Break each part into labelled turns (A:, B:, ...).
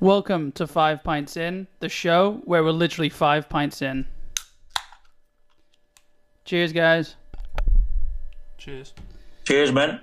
A: Welcome to Five Pints In, the show where we're literally five pints in. Cheers, guys.
B: Cheers.
C: Cheers, man.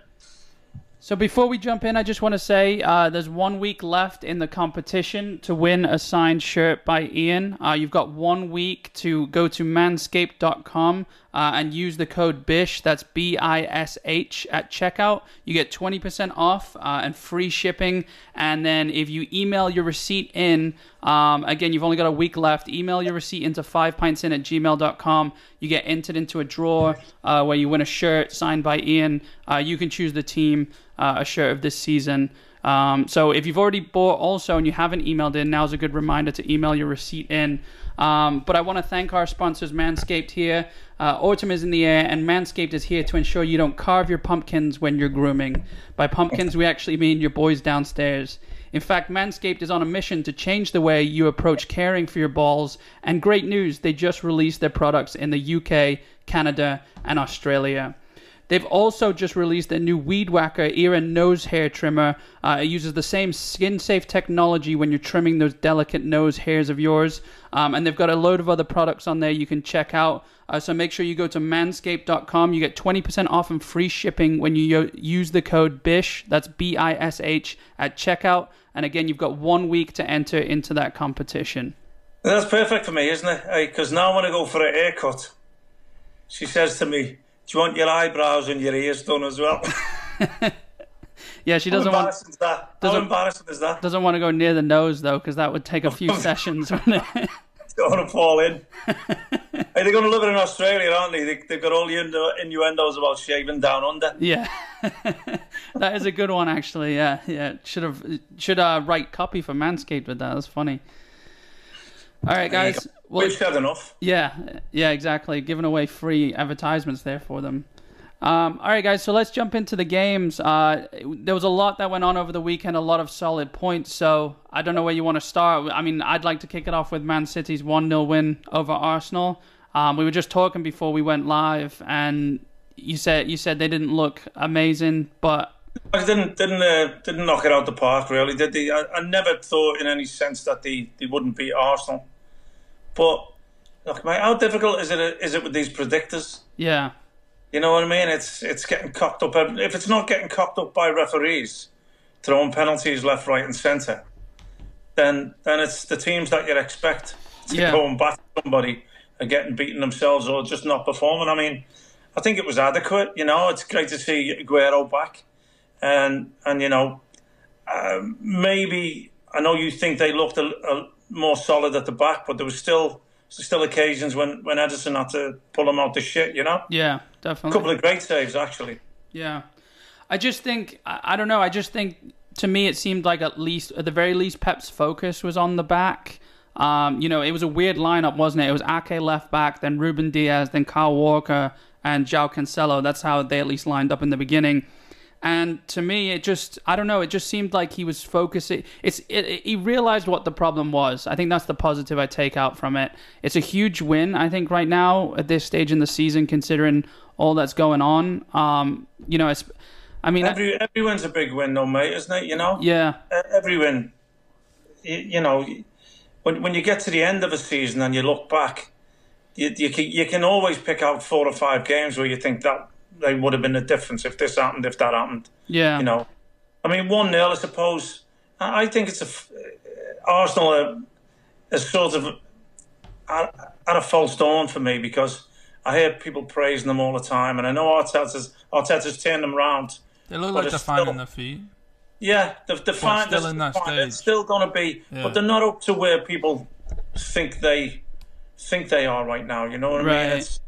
A: So before we jump in, I just want to say uh, there's one week left in the competition to win a signed shirt by Ian. Uh, you've got one week to go to manscaped.com uh, and use the code BISH, that's B I S H, at checkout. You get 20% off uh, and free shipping. And then if you email your receipt in, um, again, you've only got a week left, email your receipt into fivepintsin at gmail.com. You get entered into a draw uh, where you win a shirt signed by Ian. Uh, you can choose the team, uh, a shirt of this season. Um, so if you've already bought also and you haven't emailed in, now's a good reminder to email your receipt in. Um, but I want to thank our sponsors, Manscaped here. Uh, autumn is in the air, and Manscaped is here to ensure you don't carve your pumpkins when you're grooming. By pumpkins, we actually mean your boys downstairs. In fact, Manscaped is on a mission to change the way you approach caring for your balls. And great news, they just released their products in the UK, Canada, and Australia. They've also just released their new Weed Whacker ear and nose hair trimmer. Uh, it uses the same skin safe technology when you're trimming those delicate nose hairs of yours. Um, and they've got a load of other products on there you can check out. Uh, so make sure you go to manscaped.com. You get 20% off and free shipping when you yo- use the code BISH, that's B I S H, at checkout. And again, you've got one week to enter into that competition.
C: That's perfect for me, isn't it? Because now when I go for a haircut, she says to me, "Do you want your eyebrows and your ears done as well?"
A: Yeah, she
C: How
A: doesn't want.
C: embarrassing is that? How
A: doesn't-
C: embarrassing is that?
A: Doesn't want to go near the nose though, because that would take a few sessions. wouldn't it?
C: Don't want to fall in. hey, they're going to live in Australia, aren't they? they they've got all the innu- innuendos about shaving down under.
A: Yeah, that is a good one actually. Yeah, yeah. Should have should uh, write copy for Manscaped with that. That's funny. All right,
C: There you
A: guys.
C: go.
A: Well,
C: We've said enough.
A: yeah, yeah, exactly. Giving away free advertisements there for them. Um, all right, guys. So let's jump into the games. Uh, there was a lot that went on over the weekend. A lot of solid points. So I don't know where you want to start. I mean, I'd like to kick it off with Man City's one 0 win over Arsenal. Um, we were just talking before we went live, and you said you said they didn't look amazing, but
C: I didn't didn't uh, didn't knock it out the park really, did they? I, I never thought in any sense that they, they wouldn't beat Arsenal. But look, mate, how difficult is it is it with these predictors?
A: yeah,
C: You know what I mean? It's it's getting cocked up. If it's not getting cocked up by referees, throwing penalties left, right, and centre, then then it's the teams that you'd expect to
A: Yeah.
C: go and bat somebody are getting beaten themselves or just not performing. I mean, I think it was adequate. You know, it's great to see Aguero back, and and you know, um, maybe I know you think they looked a, a more solid at the back, but there was still still occasions when when Edison had to pull them out the shit. You know
A: yeah, definitely.
C: couple of great saves actually.
A: Yeah, I just think I, I don't know. I just think to me it seemed like at least at the very least Pep's focus was on the back. Um, you know, it was a weird lineup, wasn't it? It was Ake left back, then Ruben Diaz, then Kyle Walker and Jao Cancelo. That's how they at least lined up in the beginning. And to me, it just—I don't know—it just seemed like he was focusing. It's it, it- he realized what the problem was. I think that's the positive I take out from it. It's a huge win, I think, right now at this stage in the season, considering all that's going on. Um, you know, it's, I mean, I-
C: Every every win's a big win though, mate, isn't it? You know,
A: yeah,
C: Uh, every win. You, you know, when when you get to the end of a season and you look back, you you can, you can always pick out four or five games where you think that they would have been the difference if this happened, if that happened.
A: yeah,
C: You know, I mean, one 0 I suppose. I I think it's a f- uh, Arsenal are, are sort of at, at a false dawn for me because I hear people praising them all the time, and I know Arteta's Arteta's turned them round.
B: They look
C: But
B: like
C: it's
B: they're finding
C: still-
B: their feet.
C: Yeah, the the fine,
B: still
C: that's
B: in
C: the
B: that
C: fine. It's
B: stage.
C: still going to be,
B: Yeah.
C: but they're not up to where people think they think they are right now. You know what I
A: Right.
C: mean? It's,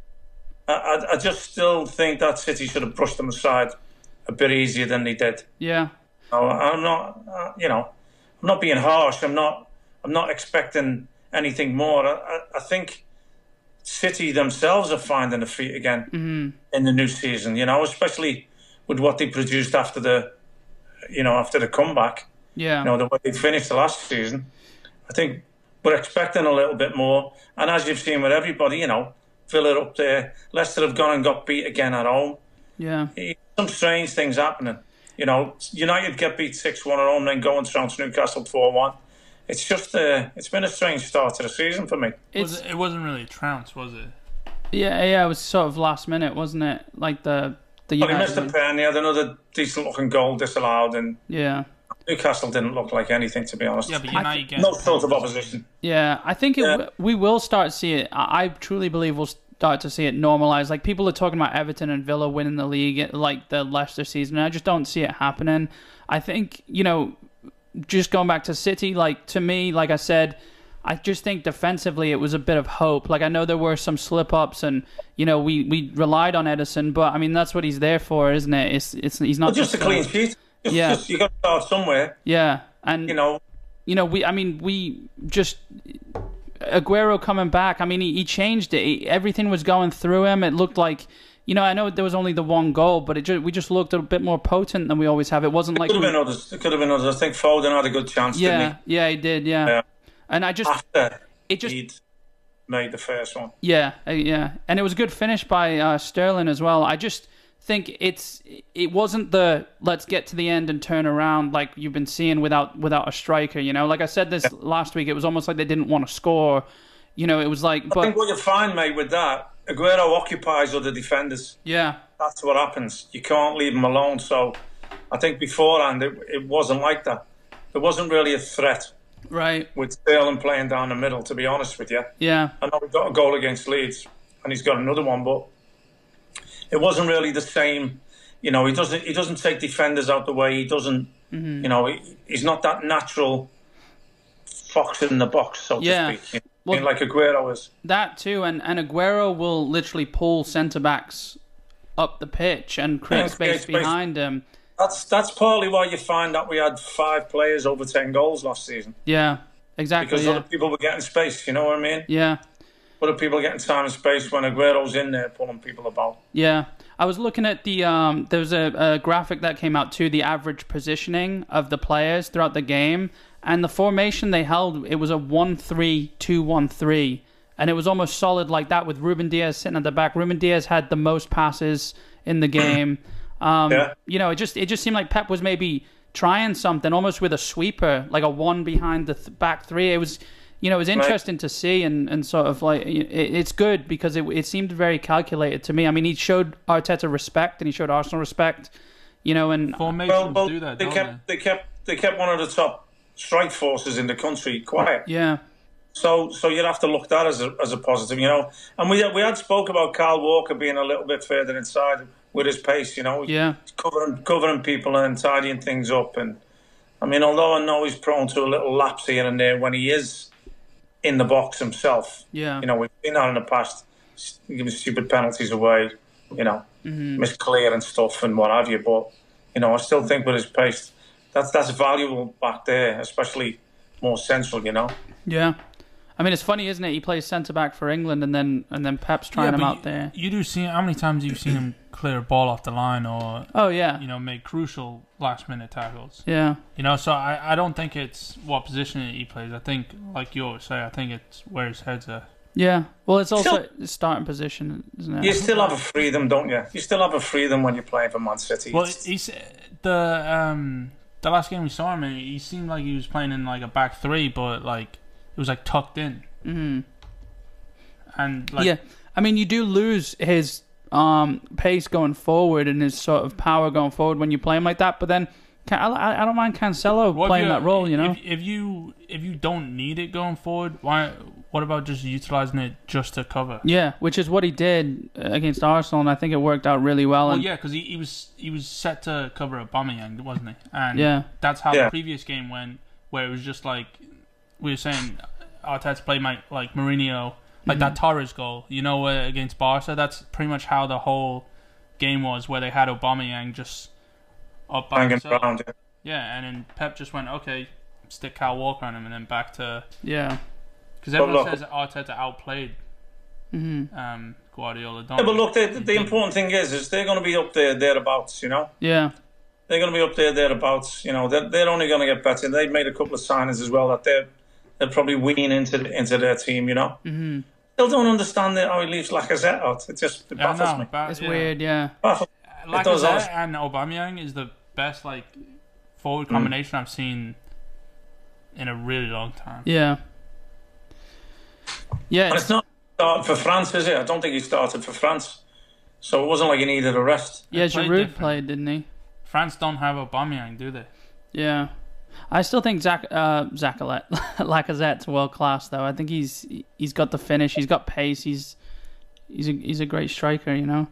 C: I, I, I just still think that City should have brushed them aside a bit easier than they did.
A: yeah,
C: No, I'm not. Uh, you know, I'm not being harsh. I'm not. I'm not expecting anything more. I, I, I think City themselves are finding the feet again in the new season. You know, especially with what they produced after the, you know, after the comeback.
A: yeah,
C: You know, the way they finished the last season. I think we're expecting a little bit more. And as you've seen with everybody, you know, Villa up there, Leicester have gone and got beat again at home
A: yeah,
C: some strange things happening. You know, United get beat 6 1 at home, then go and trounce Newcastle 4 1. it's just uh, it's been a strange start to the season for me.
B: Was it, it wasn't really a trounce, was it?
A: Yeah, yeah, it was sort of last minute, wasn't it? Like the the
C: But he
A: United
C: missed a
A: win.
C: pen. He had another decent looking goal disallowed, and
A: Yeah,
C: Newcastle didn't look like anything to be honest.
B: Yeah, but United get
C: no sort of opposition.
A: yeah. I think it,
C: Yeah.
A: we will start to see it. I, I truly believe we'll start to see it normalize. Like people are talking about Everton and Villa winning the league eh, like the Leicester season. And I just don't see it happening. I think you know, just going back to City. Like to me, like I said. I just think defensively it was a bit of hope. Like I know there were some slip ups, and you know we, we relied on Edison, but I mean that's what he's there for, isn't it? It's it's he's not
C: But just a
A: gonna-
C: clean sheet. Just,
A: Yeah.
C: just you got to start somewhere.
A: Yeah, and
C: You know,
A: you know, we, I mean, we just. Aguero coming back. I mean, he, he changed it. He, everything was going through him. It looked like, you know, I know there was only the one goal, but it just, we just looked a bit more potent than we always have. It wasn't like,
C: could have
A: we-
C: been others. There could have been others. I think Foden had a good chance.
A: yeah, yeah, he did, yeah.
C: Yeah.
A: And I just,
C: didn't he? after
A: it just,
C: he'd made the first one.
A: Yeah, uh, yeah, and it was a good finish by uh, Sterling as well. I just think it's it wasn't the let's get to the end and turn around like you've been seeing without without a striker. You know, like I said this last week, it was almost like they didn't want to score. You know, it was like,
C: I
A: but
C: think what you find, mate, with that, Aguero occupies other defenders.
A: yeah,
C: That's what happens. You can't leave him alone. So I think beforehand it, it wasn't like that. There wasn't really a threat
A: right,
C: with Sterling playing down the middle. To be honest with you,
A: yeah,
C: I know he got a goal against Leeds, and he's got another one, but it wasn't really the same. You know, he doesn't he doesn't take defenders out the way. He doesn't.
A: Mm-hmm.
C: You know, he, he's not that natural fox in the box, so
A: Yeah.
C: to speak.
A: Well-
C: I mean, like Aguero is.
A: that too. And and Aguero will literally pull centre backs up the pitch and create
C: Yeah, create
A: space
C: space.
A: behind him.
C: That's that's partly why you find that we had five players over ten goals last season
A: Yeah, exactly.
C: because
A: Yeah.
C: other people were getting space. You know what I mean?
A: yeah.
C: Other people are getting time and space when Aguero's in there pulling people about.
A: Yeah, I was looking at the um. There was a, a graphic that came out too. The average positioning of the players throughout the game and the formation they held. It was a one-three-two-one-three, and it was almost solid like that with Ruben Diaz sitting at the back. Ruben Diaz had the most passes in the game. Um,
C: Yeah.
A: you know, it just it just seemed like Pep was maybe trying something almost with a sweeper, like a one behind the th- back three. It was, you know, it was interesting to see and, and sort of like it, it's good because it it seemed very calculated to me. I mean, he showed Arteta respect and he showed Arsenal respect, you know, and
B: Formations
C: Well, well
B: do that,
C: they
B: don't
C: kept they kept they kept one of the top strike forces in the country quiet.
A: yeah,
C: So so you'd have to look that as a, as a positive, you know. And we we had spoke about Carl Walker being a little bit further inside with his pace, you know.
A: yeah,
C: He's covering covering people and tidying things up. And I mean, although I know he's prone to a little lapse here and there when he is in the box himself,
A: yeah,
C: you know, we've seen that in the past. s- Giving stupid penalties away, you know, misclear and stuff and what have you. But you know, I still think with his pace, that's that's valuable back there, especially more central. You know,
A: yeah. I mean, it's funny, isn't it? He plays centre back for England, and then and then Pep's
B: Yeah,
A: trying him
B: but
A: out
B: you,
A: there.
B: You do see how many times you've seen him clear a ball off the line or
A: Oh yeah,
B: you know make crucial last minute tackles.
A: yeah,
B: You know, so I, I don't think it's what position he plays. I think like you always say, I think it's where his head's at.
A: yeah. Well, it's also starting position, isn't it?
C: you still have a freedom, don't you? You still have a freedom when you're playing for Man City.
B: Well,
C: It's-
B: he's the um the last game we saw him, in, he seemed like he was playing in like a back three, but like it was like tucked in.
A: Mm.
B: Mm-hmm. And like
A: yeah, I mean, you do lose his um, pace going forward and his sort of power going forward when you play him like that. But then, Can- I, I- I don't mind Cancelo
B: what if
A: playing
B: you-
A: that role. You know,
B: if, if you if you don't need it going forward, why? What about just utilizing it just to cover?
A: yeah, which is what he did uh, against Arsenal, and I think it worked out really well.
B: Well,
A: and
B: yeah, because he, he was he was set to cover Aubameyang, wasn't he? And
A: Yeah.
B: that's how
C: Yeah.
B: the previous game went, where it was just like we were saying, Arteta played my, like Mourinho,
A: Mm-hmm.
B: like that Torres goal, you know, uh, against Barca. That's pretty much how the whole game was, where they had Aubameyang just up by
C: hanging
B: himself.
C: around. yeah.
B: Yeah, and then Pep just went, okay, stick Kyle Walker on him, and then back to
A: yeah,
B: because everyone
C: look-
B: says Arteta outplayed
A: Mm-hmm.
B: um, Guardiola.
C: Yeah, but look, the,
B: He
C: the
B: didn't.
C: important thing is, is they're going to be up there thereabouts. You know,
A: yeah,
C: they're going to be up there thereabouts. You know, they're, they're only going to get better. They've made a couple of signings as well that they're they're probably weaning into into their team. You know, mm-hmm. still don't understand that how he leaves Lacazette out. It just it
B: Yeah, I
C: baffles
B: know,
C: me.
B: but,
A: it's
B: Uh, yeah.
A: weird. Yeah,
C: Baffles. It does
B: Lacazette
C: also- Mm.
B: and Aubameyang is the best like forward combination I've seen in a really long time.
A: Yeah. Yeah.
C: And
A: it's-
C: it's not started for France, is it? I don't think he started for France. So it wasn't like he needed a rest.
A: yeah,
B: played
A: Giroud
B: different.
A: played, didn't he?
B: France don't have Aubameyang, do they?
A: Yeah. I still think Zach uh Zach Lacazette's world class though. I think he's he's got the finish, he's got pace, he's he's a he's a great striker, you know.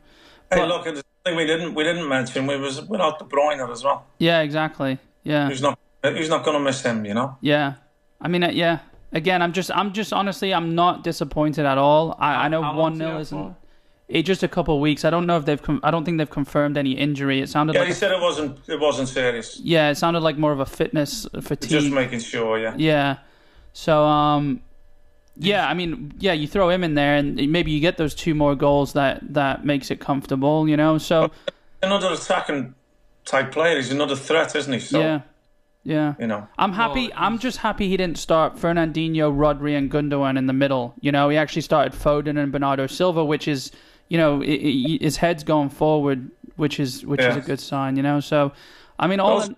C: Hey,
A: But-
C: look, it's something we didn't we didn't mention. We was without De Bruyne as well.
A: Yeah, exactly. Yeah.
C: Who's not who's not going to miss him? You know.
A: Yeah. I mean, uh, yeah. Again, I'm just I'm just honestly I'm not disappointed at all. I, I know
B: How long's
A: 1
B: he
A: 0
B: out
A: isn't
B: for?
A: it just a couple of weeks. I don't know if they've com- I don't think they've confirmed any injury. It sounded
C: Yeah,
A: like
C: he said it wasn't it wasn't serious.
A: yeah, it sounded like more of a fitness
C: Just
A: fatigue.
C: making sure. Yeah.
A: Yeah. So um yeah, I mean, yeah, you throw him in there and maybe you get those two more goals that that makes it comfortable, you know. So
C: Another attacking type player. He's another threat, isn't he? So
A: yeah. Yeah.
C: you know.
A: I'm happy.
B: Well,
A: I'm just happy he didn't start Fernandinho, Rodri, and Gundogan in the middle. You know, he actually started Foden and Bernardo Silva, which is, you know, i i his head's going forward, which is which is
C: Yeah.
A: a good sign. You know, so I mean, all
C: Those-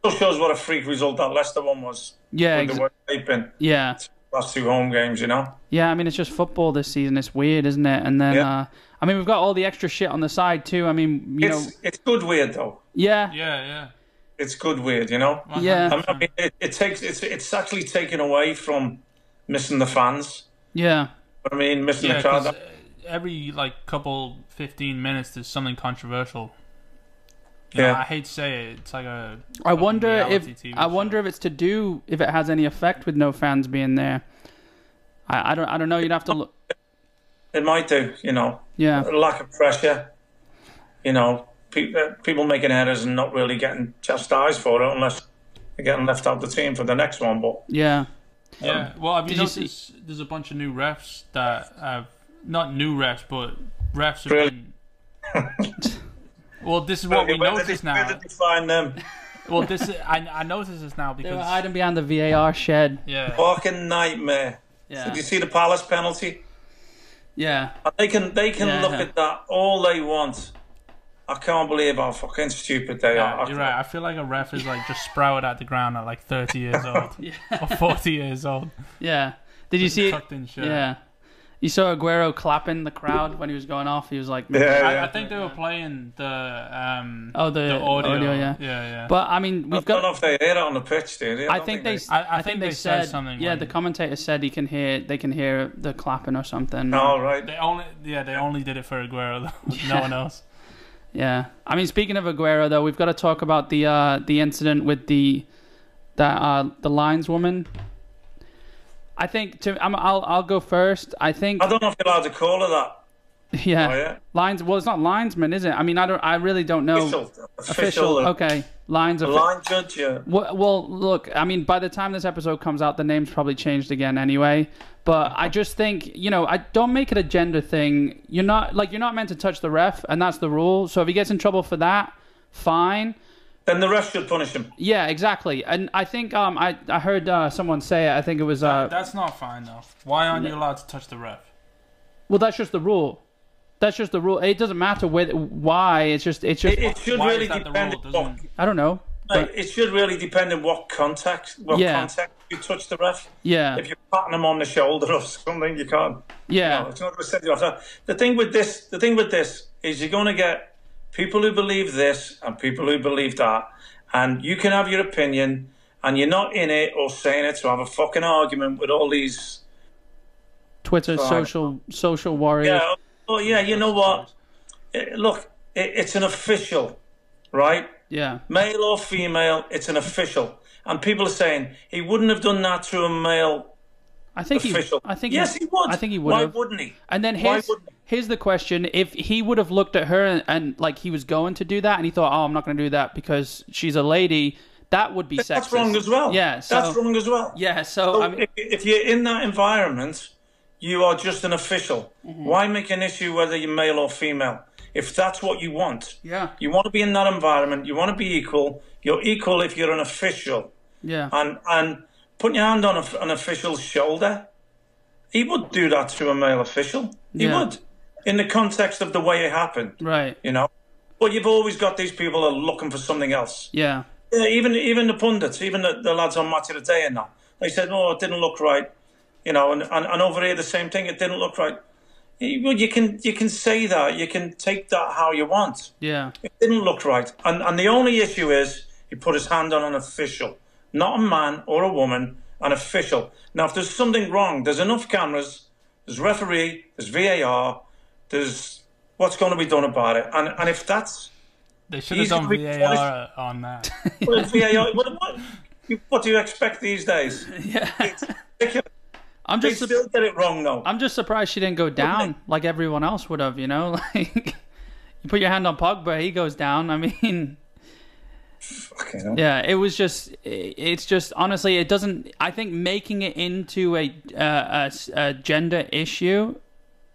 C: Still shows what a freak result that Leicester one was.
A: yeah,
C: with
A: ex-
C: the way they've been
A: yeah,
C: last two home games. You know.
A: yeah. I mean, it's just football this season. It's weird, isn't it? And then,
C: Yeah.
A: uh, I mean, we've got all the extra shit on the side too. I mean, you
C: It's
A: know,
C: it's good weird though.
A: yeah,
B: Yeah, yeah.
C: It's good weird. You know.
A: Yeah.
C: I mean, it, it takes it's it's actually taken away from missing the fans.
A: yeah,
C: I mean, missing the
B: Yeah,
C: crowd.
B: 'cause, uh, every like couple fifteen minutes there's something controversial. You know,
C: Yeah.
B: I hate to say it. It's like a.
A: I wonder if
B: reality TV
A: I
B: show.
A: wonder if it's to do if it has any effect with no fans being there. I, I don't. I don't know. You'd have to look.
C: It might do. You know.
A: Yeah.
C: lack of pressure. You know, pe- uh, people making errors and not really getting chastised for it unless they're getting left out the team for the next one. But
A: Yeah.
B: Yeah. Well, have
A: Um, Did
B: you
A: you see-
B: noticed there's a bunch of new refs that have not new refs, but refs have
C: Really?
B: been. well, this is what we
C: Where did
B: notice
C: they-
B: now.
C: Where did they find them?
B: Well, this is, I I notice this now
A: They were
B: because
A: hiding behind the VAR shed.
B: yeah,
C: Fucking nightmare.
A: Yeah.
C: Did you see the Palace penalty?
A: Yeah.
C: And They can they can
A: Yeah.
C: look at that all they want. I can't believe how fucking stupid they
B: Yeah,
C: are.
B: you're right. I feel like a ref is like just sprouted out the ground at like 30 years old or 40 years old,
A: Yeah. Did you see?
B: tucked in shirt.
A: Yeah. You saw Aguero clapping the crowd when he was going off. He was like,
C: Yeah,
B: I,
C: yeah.
B: I think they were playing the um
A: Oh, the
B: audio.
A: audio, yeah.
B: yeah, yeah.
A: But I mean,
C: I
A: we've
C: don't know
A: got.
C: if they hear it on the pitch, do they?
A: I
C: don't
A: think they.
B: I- I think they said something
A: Yeah,
B: like-
A: the commentator said he can hear. They can hear the clapping or something.
C: All right.
B: they only yeah they only did it for Aguero. though. no one else.
A: Yeah. I mean, speaking of Aguero, though, we've got to talk about the uh, the incident with the that uh, the lines woman. I think to I'm, I'll I'll go first. I think
C: I don't know if you're allowed to call it that.
A: yeah.
C: Oh, yeah.
A: Lines. Well, it's not linesman, is it? I mean, I don't. I really don't
B: Oh,
A: know.
C: Official.
A: Official,
C: official,
A: Okay. Lines of.
C: Line judge, yeah.
A: Well, well, look. I mean, by the time this episode comes out, the name's probably changed again anyway. But I just think you know, I don't make it a gender thing. You're not like you're not meant to touch the ref, and that's the rule. So if he gets in trouble for that, fine.
C: Then the ref should punish him.
A: Yeah, exactly. And I think um, I I heard uh, someone say it. I think it was uh,
B: That's not fine though. Why aren't you allowed to touch the ref?
A: well, that's just the rule. That's just the rule. It doesn't matter whether why. It's just it's just
C: It, it should
B: Why
C: really
B: is that the
C: depend.
B: rule?
C: on what,
B: Doesn't-
A: I don't know.
C: like, it should really depend on what context. What
A: Yeah.
C: context you touch the ref.
A: Yeah,
C: If you're patting him on the shoulder or something, you can't.
A: yeah,
C: No, it's not going to send you off. That- The thing with this, the thing with this is you're going to get people who believe this and people who believe that, and you can have your opinion, and you're not in it or saying it to have a fucking argument with all these.
A: Twitter
C: Sorry.
A: social social warriors.
C: Yeah, oh yeah, you know what? Eh, Look, it, it's an official, right?
A: Yeah,
C: male or female, it's an official. And people are saying he wouldn't have done that to a male
A: I think he.
C: official.
A: I think
C: yes, he, would.
A: I think he would.
C: Why
A: have.
C: wouldn't he?
A: And then
C: Why
A: here's,
C: wouldn't he?
A: here's the question: If he would have looked at her and, and like he was going to do that, and he thought, "Oh, I'm not going to do that because she's a lady," that would be sexist.
C: That's wrong as well.
A: Yeah, so,
C: that's wrong as well.
A: Yeah, so,
C: So
A: I mean,
C: if, if you're in that environment, you are just an official.
A: Mm-hmm.
C: Why make an issue whether you're male or female? If that's what you want,
A: yeah,
C: you want to be in that environment. You want to be equal. You're equal if you're an official.
A: yeah,
C: and and putting your hand on a, an official's shoulder, he would do that to a male official. He
A: Yeah.
C: would, in the context of the way it happened,
A: right,
C: you know. But you've always got these people that are looking for something else.
A: yeah.
C: Yeah, even even the pundits, even the, the lads on Match of the Day and that, they said, "Oh, it didn't look right," you know, and, and, and over here the same thing. It didn't look right. You- Well, you can you can say that, you can take that how you want.
A: Yeah.
C: It didn't look right, and and the only issue is he put his hand on an official, not a man or a woman, an official. Now, if there's something wrong, there's enough cameras, there's referee, there's VAR, there's what's going to be done about it, and and if that's
B: They should have
C: He's
B: done
C: gonna be
B: VAR on that.
C: Well, it's VAR. what, what, you- what do you expect these days? It's ridiculous.
A: I'm
C: They
A: just
C: still get it wrong, though.
A: I'm just surprised she didn't go down like everyone else would have, you know? Like you put your hand on Pogba, he goes down. I mean,
C: Fucking hell.
A: yeah, it was just i- it's just honestly it doesn't I think making it into a uh, a, s- a gender issue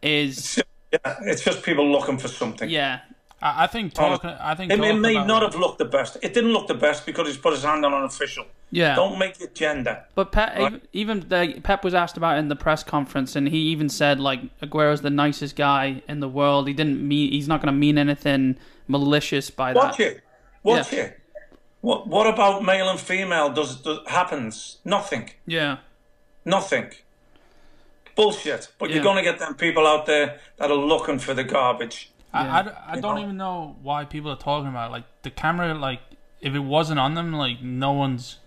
A: is
C: Yeah, it's just people looking for something.
A: yeah.
B: I, I think talking. I think
C: It, it
B: talking
C: may
B: about-
C: not have looked the best. It didn't look the best because he's put his hand on an official.
A: Yeah.
C: Don't make it gender.
A: But Pep, even the, Pep was asked about it in the press conference, and he even said like Aguero's the nicest guy in the world. He didn't mean he's not going to mean anything malicious by
C: Watch
A: that.
C: it. Watch
A: Yeah.
C: it. What, what about male and female does, does happens? Nothing.
A: Yeah,
C: Nothing. Bullshit. But
A: Yeah.
C: you're going to get them people out there that are looking for the garbage.
B: I,
A: Yeah.
B: I d- I don't
C: know?
B: even know why people are talking about it. like the camera. Like if it wasn't on them, like no one's,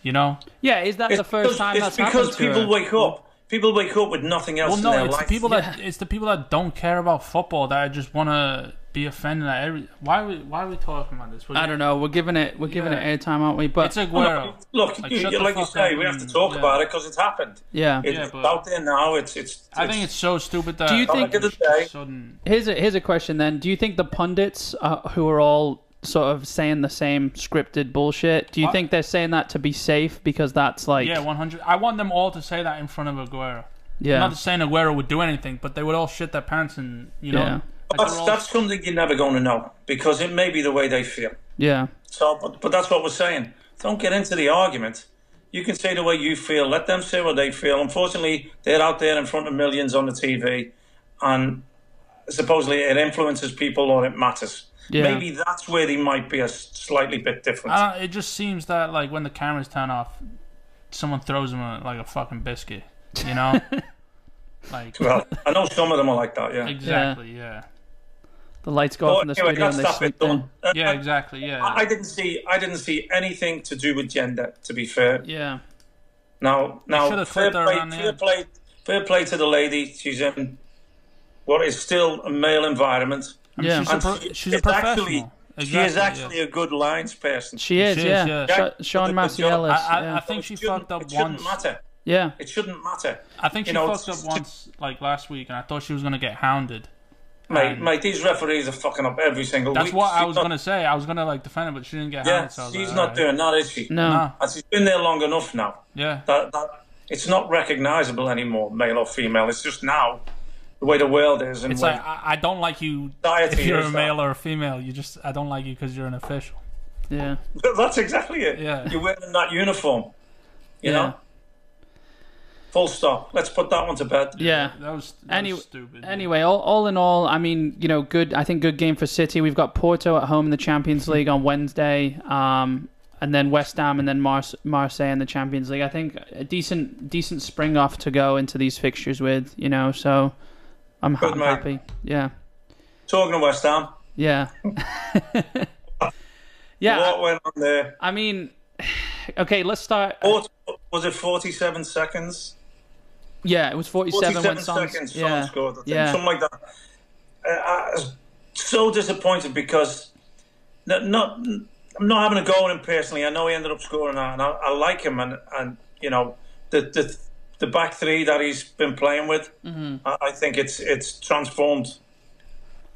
B: you know.
A: yeah. Is that the
C: It's
A: first
C: because-
A: time
C: it's
A: that's
C: because
A: happened to
C: people
A: her?
C: wake up. People wake up with nothing else
B: Well,
C: in
B: no,
C: their
B: it's the
C: life.
B: people that it's the people that don't care about football that just want to be offended at every. Why are we Why are we talking about this? We're-
A: I don't know. We're giving it we're giving
B: Yeah.
A: it airtime, aren't we? But
B: It's Aguero.
C: Look,
B: Like,
C: you,
B: shut
C: you-
B: the
C: like you
B: fuck
C: say,
B: up
C: we have to
B: and-
C: talk
B: yeah.
C: about it because it's happened.
A: yeah,
C: It-
B: Yeah,
C: it's
B: but-
C: out there now. It's it's.
B: I think it's so stupid that.
A: Do you
B: like,
A: think-
B: it's
C: At the end of the day-
B: sudden?
A: here's a here's a question then. Do you think the pundits uh, who are all sort of saying the same scripted bullshit? Do you
B: I-
A: think they're saying that to be safe because that's like
B: Yeah, one hundred. I want them all to say that in front of Aguero.
A: yeah
B: Not saying Aguero would do anything, but they would all shit their pants and you know.
A: Yeah.
B: like,
C: that's,
B: they're all-
C: that's something you're never going to know because it may be the way they feel.
A: yeah
C: So, but, but that's what we're saying. Don't get into the argument. You can say the way you feel. Let them say what they feel. Unfortunately, they're out there in front of millions on the TV, and supposedly it influences people or it matters.
A: Yeah.
C: Maybe that's where they might be a s- slightly bit different.
B: Uh, it just seems that like when the cameras turn off, someone throws them a, like a fucking biscuit. You know, like
C: well, I know some of them are like that. Yeah.
B: exactly, yeah,
A: the lights go
C: But
A: off in the
C: anyway,
A: studio
C: that's
A: and they
C: that
A: sleep
C: bit done.
A: in.
C: Uh,
B: yeah,
C: I-
B: exactly, yeah.
C: I didn't see. I didn't see anything to do with gender. To be fair,
A: Yeah.
C: now,
B: should
C: now,
B: have
C: fair
B: put her
C: play,
B: on the
C: fair
B: end.
C: play, fair play to the lady. She's in what is still a male environment.
B: I mean,
A: Yeah.
B: she's a,
C: And
B: pro-
C: she-
B: she's a
C: it's
B: professional.
C: actually- She
B: Exactly,
C: is
B: yeah.
C: actually a good lines person.
A: She is,
B: She is,
A: yeah.
B: yeah.
A: Sha-
C: Yeah,
A: Sean
C: good job.
A: Massiellis.
B: I, I,
A: yeah.
B: I think she
C: It shouldn't-
B: fucked up
C: it shouldn't
B: once.
C: matter.
A: yeah,
C: It shouldn't matter.
B: I think she
C: You know,
B: fucked
C: it's-
B: up once, like last week, and I thought she was gonna get hounded.
C: Mate,
B: Um,
C: mate, these referees are fucking up every single
B: That's
C: week.
B: what I
C: She's
B: was
C: not-
B: gonna say. I was gonna like defend her, but she didn't get
C: Yeah,
B: hounded. So I was
C: she's
B: like,
C: not
B: alright.
C: doing that, is she?
A: no,
B: Nah,
C: And she's been there long enough now.
B: yeah,
C: That, that it's not recognizable anymore, male or female. It's just now the way the world is and
B: it's
C: where
B: like I, I don't like you
C: society
B: if you're
C: is
B: a
C: now.
B: male or a female. You just I don't like you because you're an official.
A: yeah,
C: That's exactly it.
B: Yeah.
C: You're wearing that uniform.
A: yeah,
C: You know? Full stop. Let's put that one to bed.
A: yeah.
B: That was, that
A: Any-
B: was stupid.
A: Anyway, all, all in all, I mean, you know, good. I think good game for City. We've got Porto at home in the Champions League on Wednesday, um, and then West Ham, and then Mars- Marseille in the Champions League. I think a decent, decent spring off to go into these fixtures with, you know. So I'm, ha-
C: Good,
A: I'm
C: mate.
A: happy. Yeah,
C: Talking of West Ham,
A: yeah, yeah.
C: what went on there?
A: I mean, okay, let's start.
C: Fort- was it 47 seconds?
A: Yeah, it was 47,
C: 47
A: when Son,
C: seconds, Son
A: yeah,
C: scored, I think,
A: yeah,
C: something like that. Uh, I was so disappointed because not, not, I'm not having a go at him personally. I know he ended up scoring, and I, I like him, and, and you know the, the the back three that he's been playing with,
A: Mm-hmm.
C: I, I think it's it's transformed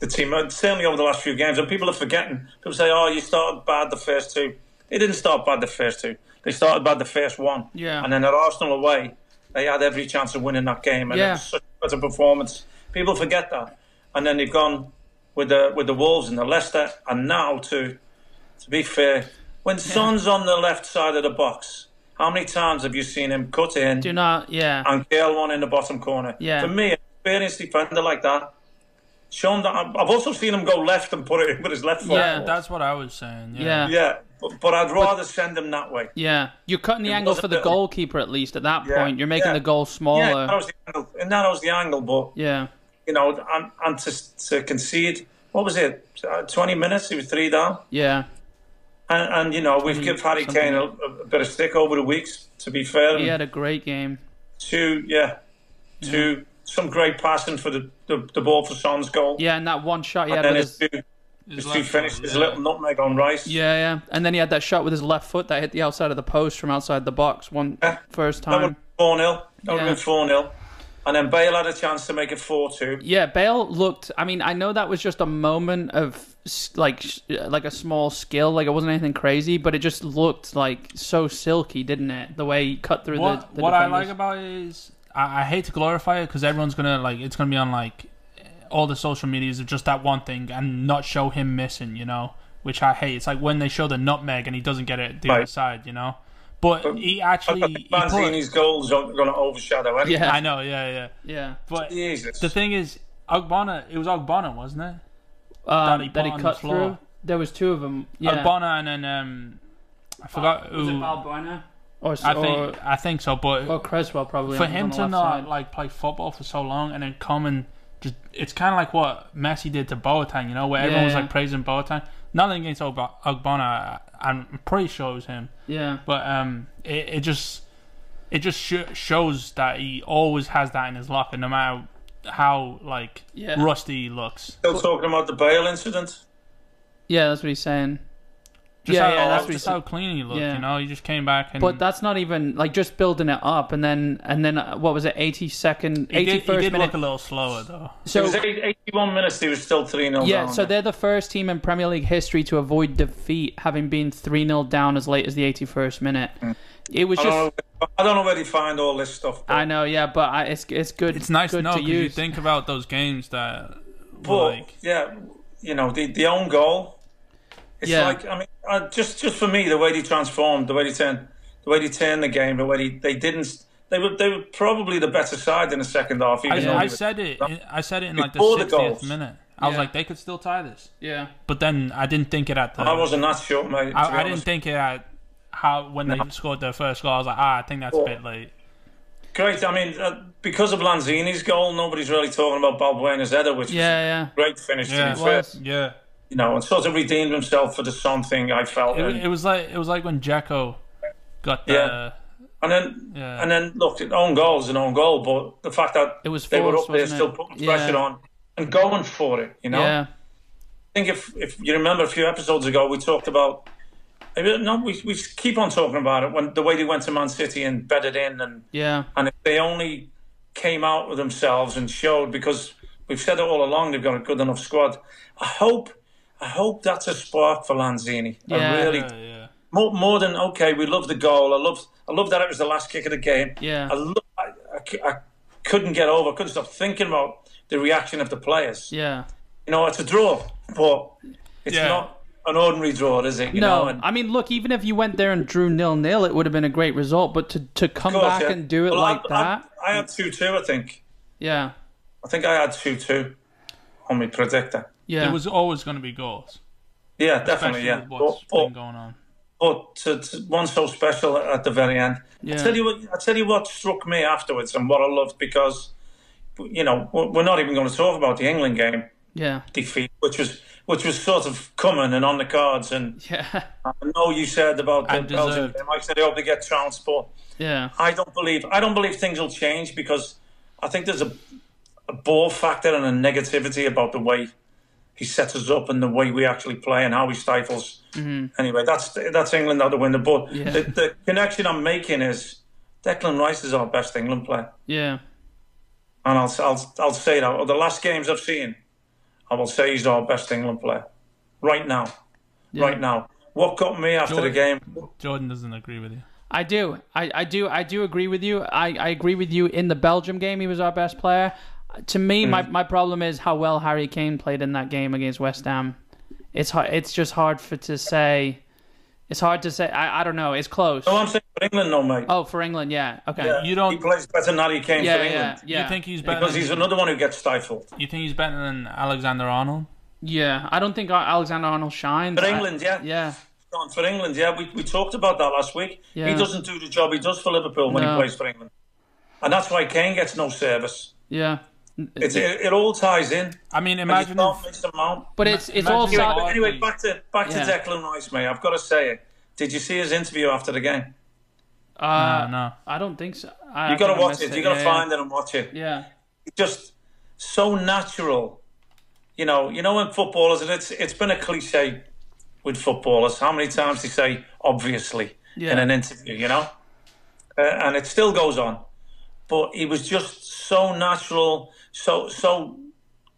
C: the team uh, certainly over the last few games. And people are forgetting. People say, "Oh, you started bad the first two. They didn't start bad the first two. They started bad the first one.
A: Yeah.
C: And then at Arsenal away, they had every chance of winning that game, and
A: Yeah.
C: it was such a better performance. People forget that. And then they've gone with the with the Wolves and the Leicester, and now to to be fair, when Son's on the left side of the box, how many times have you seen him cut in
A: do not, yeah,
C: and curl one in the bottom corner?
A: Yeah.
C: For me, an experienced defender like that, shown that. I've also seen him go left and put it in with his left foot.
B: Yeah, that's what I was saying.
A: Yeah.
C: Yeah, but, but I'd rather send him that way.
A: Yeah, you're cutting the
C: It
A: angle
C: was a
A: for the
C: bit-
A: goalkeeper at least at that
C: Yeah,
A: point. You're making
C: yeah.
A: the goal smaller.
C: Yeah, that was the angle, and that was the angle. But
A: yeah.
C: you know, and, and to, to concede, what was it? Uh, Twenty minutes. He was three down,
A: Yeah,
C: and, and you know, we've given Harry
A: something
C: Kane a, a bit of stick over the weeks. To be fair,
A: he
C: and
A: had a great game.
C: two, yeah, two, some great passing for the, the, the ball for Son's goal.
A: Yeah, and that one shot he
C: And
A: had
C: then
A: with
C: his
A: his,
C: two,
B: His
C: his
B: left
C: two
B: foot,
C: finishes, his
B: yeah.
C: little nutmeg on Rice.
A: yeah, yeah, and then he had that shot with his left foot that hit the outside of the post from outside the box one
C: Yeah.
A: first
C: That would
A: time.
C: have 4 0. That would
A: Yeah.
C: have been 4 0. And then Bale had a chance to make it 4 2.
A: Yeah, Bale looked. I mean, I know that was just a moment of s- like sh- like a small skill, like it wasn't anything crazy, but it just looked like so silky, didn't it? The way he cut through
B: What
A: the, the
B: what I
A: defenders.
B: like about it is I, I hate to glorify it because everyone's gonna like it's gonna be on like all the social medias of just that one thing and not show him missing, you know, which I hate. It's like when they show the nutmeg and he doesn't get it the
C: Right.
B: other side, you know. But he actually,
C: I
B: he
C: think
B: put-
C: Mancini's goals are going to overshadow anything.
A: Yeah.
B: I know, yeah, yeah.
A: yeah,
B: But
C: Jesus.
B: the thing is, Ogbonna, it was Ogbonna, wasn't it?
A: um,
B: he
A: that,
B: put
A: he
B: on the
A: cut
B: floor.
A: through. There was two of them. Yeah,
B: Ogbonna and then um, I forgot
A: was it
B: who.
A: Balbuena or s-
B: I
A: or,
B: think I think so, but
A: or Creswell probably
B: for
A: on-
B: him
A: on the
B: to
A: left
B: not
A: side.
B: like play football for so long and then come and just it's kind of like what Messi did to Boateng, you know, where everyone was
A: Yeah.
B: like praising Boateng. Nothing against Ogb- Ogbonna, I- I'm pretty sure it was him,
A: yeah.
B: but um, it, it just it just sho shows that he always has that in his locker, no matter how like
A: Yeah.
B: rusty he looks.
C: Still talking about the Bale incident.
A: Yeah, that's what he's saying.
B: Just
A: Yeah,
B: how,
A: yeah, that's what he
B: just
A: said.
B: how clean he looked,
A: Yeah.
B: you know. He just came back and
A: But that's not even like just building it up, and then and then uh, what was it? Eighty second,
B: he
A: eighty
B: did, he
A: first
B: did
A: minute.
B: look a little slower though.
C: It
A: So
C: was eight- 81 minutes, he was still 3 0
A: yeah,
C: down.
A: so they're the first team in Premier League history to avoid defeat, having been three 0 down as late as the eighty first minute. It was
C: I,
A: just.
C: don't know, I don't know where they find all this stuff.
A: I
C: But,
A: know, yeah, but I, it's it's good.
B: It's nice
A: good
B: to know
A: to
B: because you
A: use.
B: think about those games that
C: but
B: like
C: yeah, you know, the, the own goal. It's
A: Yeah.
C: like, I mean, uh, just just for me, the way they transformed, the way they turned, the way they turned the game, the way they, they didn't. They were they were probably the better side in the second half. Even
B: I,
C: though
B: I
C: they were-
B: said it. in- I said it in like the
C: Before the
B: sixtieth
C: goals.
B: minute. I was
A: Yeah.
B: like, they could still tie this,
A: yeah,
B: but then I didn't think it at the.
C: I wasn't that sure, mate. to be
B: I, I didn't
C: honest.
B: think it at how when they scored their first goal. I was like, ah, I think that's a bit late.
C: Great. I mean, uh, because of Lanzini's goal, nobody's really talking about Balbuena's header, which
A: yeah,
C: was a great finish
B: Yeah,
C: to
A: yeah.
C: be
A: It
C: fair.
A: was.
B: Yeah,
C: You know, and sort of redeemed himself for the Son thing, I felt.
B: it,
C: and,
B: it was like it was like when Jacko got the.
C: Yeah. and then,
B: Yeah.
C: and then, look, it own goal's an own goal, but the fact that
A: It was
C: they were
A: forced,
C: up there
A: wasn't
C: still
A: it?
C: putting
A: Yeah.
C: pressure on and going for it, you know?
A: yeah,
C: I think if, if you remember a few episodes ago, we talked about. I mean, No, we, we keep on talking about it when the way they went to Man City and bedded in and
A: yeah,
C: and if they only came out with themselves and showed because we've said it all along they've got a good enough squad i hope i hope that's a spark for lanzini
A: Yeah.
C: i really
B: Yeah, yeah.
C: more, more than okay we love the goal i love i love that it was the last kick of the game
A: Yeah.
C: i love I, I c- I couldn't get over i couldn't stop thinking about the reaction of the players
A: yeah.
C: you know it's a draw but it's
B: Yeah.
C: not an ordinary draw is it you
A: No,
C: know and
A: I mean, look, even if you went there and drew nil nil, it would have been a great result. But to, to come
C: of course,
A: back
C: yeah.
A: and do it
C: Well, I-
A: like
C: I-
A: that,
C: I had 2-2 i think
A: yeah,
C: I think I had two two on my predictor.
A: yeah,
B: It was always going to be goals,
C: Yeah,
B: especially
C: definitely. Yeah,
B: with
C: but,
B: what's
C: but,
B: been going on.
C: but to, to one so special at the very end.
A: Yeah.
C: I tell you what. I tell you what struck me afterwards and what I loved because you know we're we're not even going to talk about the England game
A: yeah,
C: defeat, which was which was sort of coming and on the cards. And
A: yeah,
C: I know you said about the
B: And
C: Belgium
B: deserved.
C: game. I said I hope they get trounced, but
A: yeah,
C: I don't believe I don't believe things will change because I think there's a, a bore factor and a negativity about the way he sets us up and the way we actually play and how he stifles. Anyway, that's that's England out the window. But
A: Mm-hmm. Yeah.
C: the, the connection I'm making is Declan Rice is our best England player,
A: yeah,
C: and I'll I'll I'll say that. Of the last games I've seen, I will say he's our best England player right now. Right now, what got me after the game?
B: Jordan doesn't agree with you.
A: I do. I, I do. I do agree with you. I, I agree with you. In the Belgium game, he was our best player. To me,
C: Mm-hmm.
A: my, my problem is how well Harry Kane played in that game against West Ham. It's hard, It's just hard for to say It's hard to say. I, I don't know. It's close.
C: No, I'm saying for England, no, mate.
A: Oh, for England, yeah. Okay.
C: Yeah,
B: you don't-
C: He plays better than that he came
A: yeah,
C: for
A: yeah,
C: England
A: yeah.
B: You think he's better?
C: because
B: Than,
C: he's another one who gets stifled.
B: you think he's better than Alexander Arnold?
A: yeah. I don't think Alexander Arnold shines.
C: For
A: I-
C: England, yeah.
A: yeah.
C: Gone For England, yeah. We, we talked about that last week.
A: Yeah.
C: He doesn't do the job he does for Liverpool when
A: No.
C: he plays for England. And that's why Kane gets no service.
A: Yeah.
C: It's, it, it all ties in.
B: I mean,
C: And you
B: imagine
C: can't
B: if,
C: miss them out.
A: But it's it's
B: Imagine
A: all
B: if-
A: side-
B: Hardly.
C: Anyway, back to back to
A: Yeah.
C: Declan Rice, mate. I've got to say it. Did you see his interview after the game?
A: uh,
B: no, no.
A: I don't think so. I,
C: You
A: got
C: got to watch it. You got to find it and watch it.
A: Yeah.
C: Just so natural. You know, you know, in footballers, and it's it's been a cliche with footballers. How many times they say obviously
A: Yeah.
C: in an interview, you know, uh, and it still goes on. But he was just so natural, so so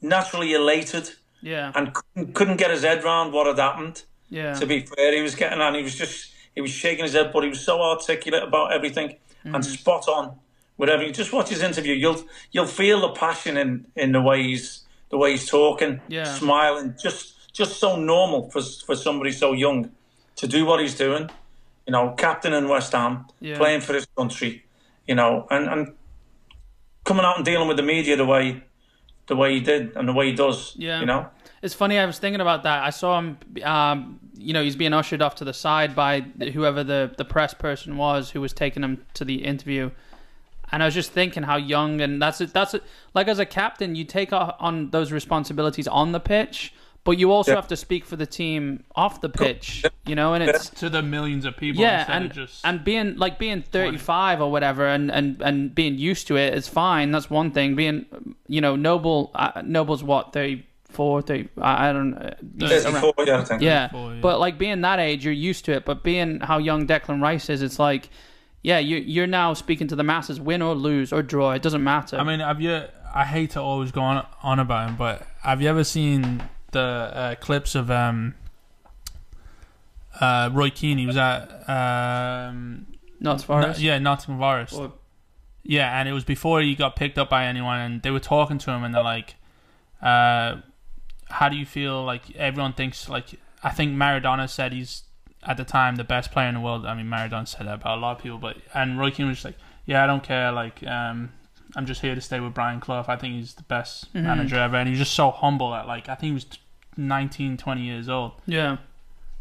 C: naturally elated,
A: Yeah.
C: and couldn't, couldn't get his head round what had happened.
A: yeah.
C: to be fair. He was getting on. He was just he was shaking his head, but he was so articulate about everything
A: Mm.
C: and spot on. Whatever you just watch his interview, you'll you'll feel the passion in in the way he's the way he's talking,
A: Yeah.
C: smiling, just just so normal for for somebody so young to do what he's doing. You know, captain in West Ham,
A: Yeah.
C: playing for his country. You know, and and coming out and dealing with the media the way the way he did and the way he does.
A: Yeah.
C: You know.
A: It's funny. I was thinking about that. I saw him. Um, you know, he's being ushered off to the side by whoever the the press person was who was taking him to the interview. And I was just thinking how young and that's it. That's it. Like as a captain, you take o- on those responsibilities on the pitch, but you also
C: Yeah.
A: have to speak for the team off the pitch. You know, and it's
B: to the millions of people
A: yeah,
B: instead
A: and
B: of just
A: and being like being 35 or whatever, and, and and being used to it is fine. That's one thing. Being you know noble, uh, noble's what 34, 30, I, I don't. Uh,
B: Thirty.
A: around-
C: 34, yeah, I think.
A: yeah.
B: 34, yeah.
A: but like being that age, you're used to it. But being how young Declan Rice is, it's like, yeah, you you're now speaking to the masses, win or lose or draw, it doesn't matter.
B: I mean, have you? I hate to always go on on about him, but have you ever seen the uh, clips of um, uh, Roy Keane? He was at um,
A: not as far
B: no,
A: as
B: yeah Nottingham Forest.
A: Or-
B: Yeah, and it was before he got picked up by anyone, and they were talking to him, and they're like, uh, "How do you feel? Like everyone thinks like I think Maradona said he's at the time the best player in the world. I mean, Maradona said that about a lot of people, but and Roy Keane was just like, "Yeah, I don't care. Like, um, I'm just here to stay with Brian Clough. I think he's the best manager ever." And he was just so humble at like I think he was 19, 20 years old,
A: yeah.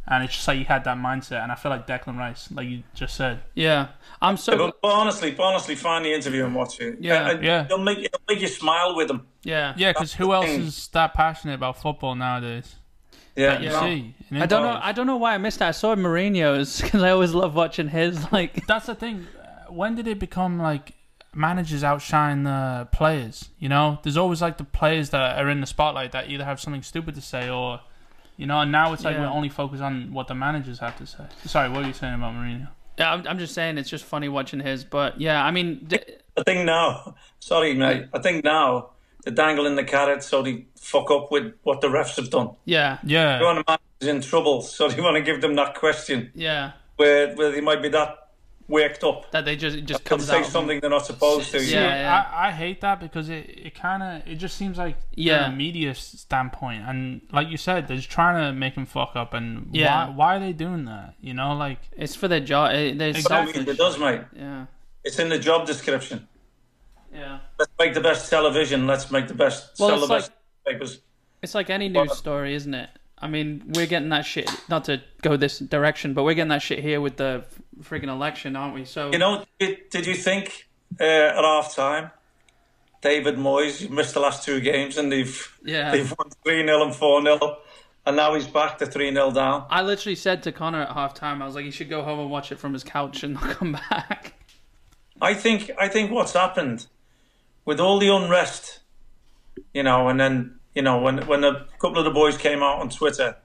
B: and it's just like he had that mindset. And I feel like Declan Rice, like you just said,
A: Yeah, I'm
C: Yeah,
A: so
C: but honestly, but honestly, find the interview and watch it.
A: Yeah,
C: And
B: yeah.
C: It'll make it'll make you smile with them.
A: yeah.
B: yeah, because who else
C: thing.
B: is that passionate about football nowadays?
C: Yeah,
B: You
C: you know?
B: see, an
A: I don't know.
B: interview.
A: I don't know why I missed that. I saw Mourinho's because I always love watching his like
B: That's the thing. Uh, When did it become like managers outshine the players? You know, there's always like the players that are in the spotlight that either have something stupid to say or, you know. And now it's like
A: Yeah.
B: we only focus on what the managers have to say. Sorry, what were you saying about Mourinho?
A: Yeah, I'm, I'm just saying it's just funny watching his, but yeah, I mean, d-
C: I think now, sorry mate, I think now they're dangling the carrot so they fuck up with what the refs have done.
A: yeah,
B: Yeah,
C: They want a man who's in trouble, so they want to give them that question
A: yeah,
C: where where they might be that worked up
A: that they just it just
C: and
A: comes
C: say
A: out.
C: something they're not supposed to.
A: Yeah, yeah.
B: I, I hate that because it, it kind of it just seems like
A: Yeah.
B: yeah media s- standpoint and like you said they're just trying to make him fuck up and
A: Yeah.
B: why why are they doing that you know like
A: It's for their job. It, they're
C: That's what
B: Exactly.
A: selfish.
C: media does, mate.
A: Yeah,
C: It's in the job description.
A: yeah.
C: Let's make the best television. Let's make the best.
A: Well,
C: sell
A: it's
C: the best papers.
A: It's like any news story, isn't it? I mean, we're getting that shit. Not to go this direction, but we're getting that shit here with the friggin' election, aren't we? So
C: You know, did, did you think uh, at half time, David Moyes you've missed the last two games and they've
A: Yeah.
C: they've won three 0 and four 0 and now he's back to three 0 down.
A: I literally said to Connor at halftime, I was like, "You should go home and watch it from his couch and not come back."
C: I think I think what's happened with all the unrest, you know, and then you know when when a couple of the boys came out on Twitter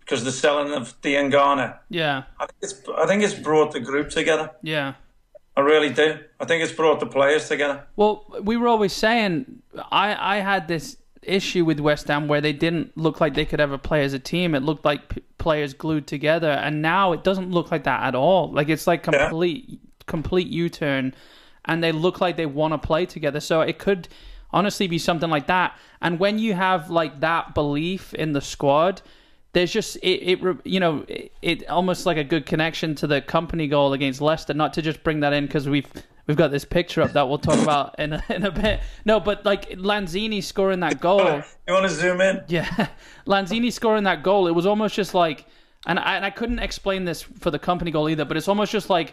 C: because the selling of the Ngana,
A: Yeah,
C: I think it's I think it's brought the group together.
A: yeah.
C: I really do. I think it's brought the players together.
A: Well, we were always saying I I had this issue with West Ham where they didn't look like they could ever play as a team. It looked like p- players glued together, and now it doesn't look like that at all. Like it's like complete complete U turn, and they look like they want to play together. So it could honestly be something like that. And when you have like that belief in the squad. there's just it, it re- you know it, it almost like a good connection to the company goal against Leicester. Not to just bring that in because we've we've got this picture up that we'll talk about in a, in a bit. No, but like Lanzini scoring that goal.
C: You want to zoom in?
A: Yeah, Lanzini scoring that goal. It was almost just like, and I, and I couldn't explain this for the company goal either. But it's almost just like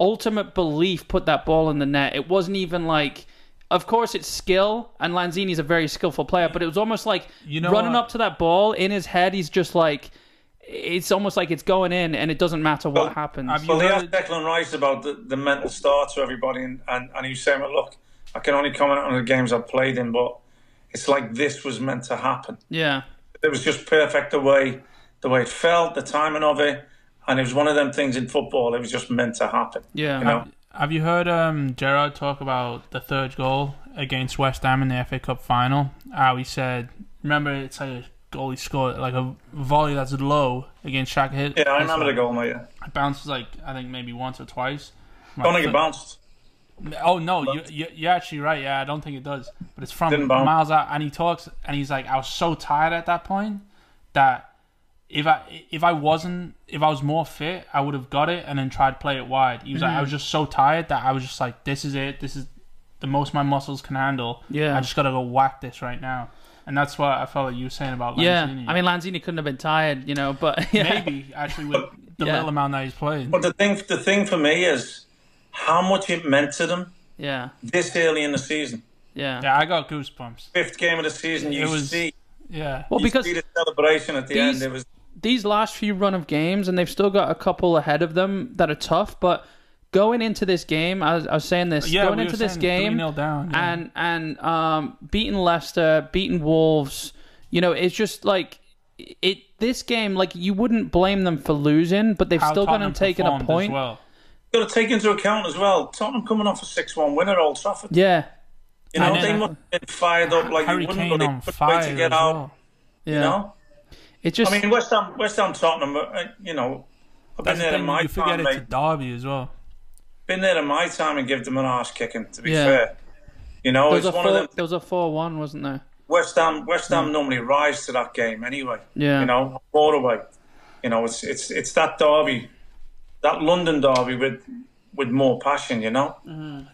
A: ultimate belief put that ball in the net. It wasn't even like. Of course, it's skill, and Lanzini's a very skillful player, but it was almost like
B: You know
A: running
B: what?
A: up to that ball in his head. He's just like, it's almost like it's going in, and it doesn't matter what
C: Well,
A: happens.
B: have you-
C: Well, they
B: know-
C: asked Declan Rice about the, the mental start to everybody, and, and, and he was saying, well, look, I can only comment on the games I've played in, but it's like this was meant to happen.
A: yeah,
C: It was just perfect the way the way it felt, the timing of it, and it was one of them things in football. It was just meant to happen.
A: yeah.
C: You know?
B: Have you heard um, Gerard talk about the third goal against West Ham in the FA Cup final? How he said, remember, it's like a goal he scored, like a volley that's low against Shaq. Hit,
C: Yeah, I remember the goal, mate. yeah.
B: It bounced like, I think, maybe once or twice.
C: Don't think it bounced.
B: Oh no, you, you you're actually right. Yeah, I don't think it does, but it's from
C: Didn't bounce.
B: miles out, and he talks, and he's like, I was so tired at that point that if I if I wasn't if I was more fit, I would have got it and then tried to play it wide. He was like, I was
A: Mm.
B: just so tired that I was just like, this is it. This is the most my muscles can handle.
A: Yeah.
B: I just gotta go whack this right now, and that's what I felt like you were saying about.
A: Yeah,
B: Lanzini.
A: I mean Lanzini couldn't have been tired, you know. But yeah,
B: maybe actually with the
A: Yeah.
B: little amount that he's played.
C: But the thing, the thing for me is how much it meant to them
A: yeah,
C: this early in the season.
A: yeah.
B: Yeah, I got goosebumps.
C: Fifth game of the season, you
B: It was-
C: see,
B: Yeah.
A: Well,
C: you
A: because
C: see the celebration at the
A: these-
C: end. It was
A: these last few run of games, and they've still got a couple ahead of them that are tough. But going into this game, I was, I was saying this
B: yeah,
A: going
B: we
A: into
B: were
A: this game,
B: saying 3-0 down, yeah.
A: and and um, beating Leicester, beating Wolves. You know, it's just like it. This game, like you wouldn't blame them for losing, but they've
B: How
A: still gone
B: Tottenham
A: and taken
B: performed
A: a
B: as
A: point.
B: well.
C: got to take into account as well. Tottenham coming off a six-one win at Old Trafford.
A: Yeah,
C: You know,
B: And
C: they
B: then-
C: must have been fired up like
B: Harry
C: you wouldn't
B: Kane
C: know
B: on
C: they couldn't
B: fire
C: wait to get
B: as
C: out.
B: well.
A: yeah.
C: You know,
A: It just
C: I mean, West Ham, West Ham, Tottenham. uh, You know, I've been
B: That's the
C: there
B: thing,
C: in my
B: you forget
C: time,
B: it's a
C: mate.
B: derby as well.
C: Been there in my time and give them an arse kicking. To be
A: Yeah.
C: fair, you know,
A: there was
C: it's
A: a
C: one of
A: four,
C: them.
A: there was a four-one, wasn't there?
C: West Ham, West Ham
B: Mm.
C: normally rise to that game anyway.
A: Yeah.
C: you know, more away. You know, it's it's it's that derby, that London derby with with more passion. You know,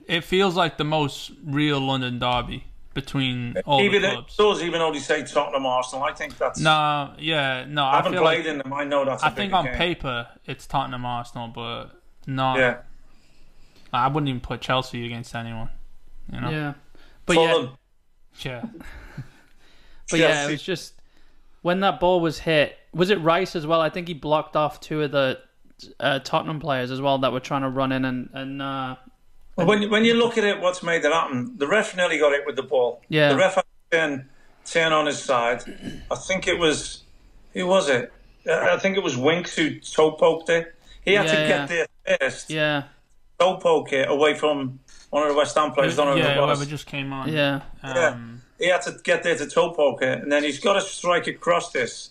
B: It feels like the most real London derby between all
C: even
B: the
C: it
B: clubs.
C: does, even though they say Tottenham, Arsenal, I think that's.
B: No, yeah, no.
C: I
B: I,
C: haven't
B: feel
C: played
B: like
C: in them. I know that's. I
B: I think on paper it's Tottenham Arsenal, but no,
C: Yeah,
B: I wouldn't even put Chelsea against anyone. You know?
A: Yeah, but yeah,
C: Fulham,
B: Yeah.
A: But yeah, it
C: Chelsea.
A: was just when that ball was hit. Was it Rice as well? I think he blocked off two of the uh, Tottenham players as well that were trying to run in and and uh,
C: Well, When, when you look at it, what's made that happen? The ref nearly got it with the ball.
A: Yeah.
C: The ref had to turn, turn on his side. I think it was, who was it? Uh, I think it was Winks who toe poked it. He had
A: Yeah,
C: to get there first,
A: yeah,
C: toe poke it away from one of the West Ham players. don't know
B: yeah,
C: who it was.
B: whoever just came on.
A: yeah,
B: Um,
C: He had to get there to toe poke it, and then he's got to strike across this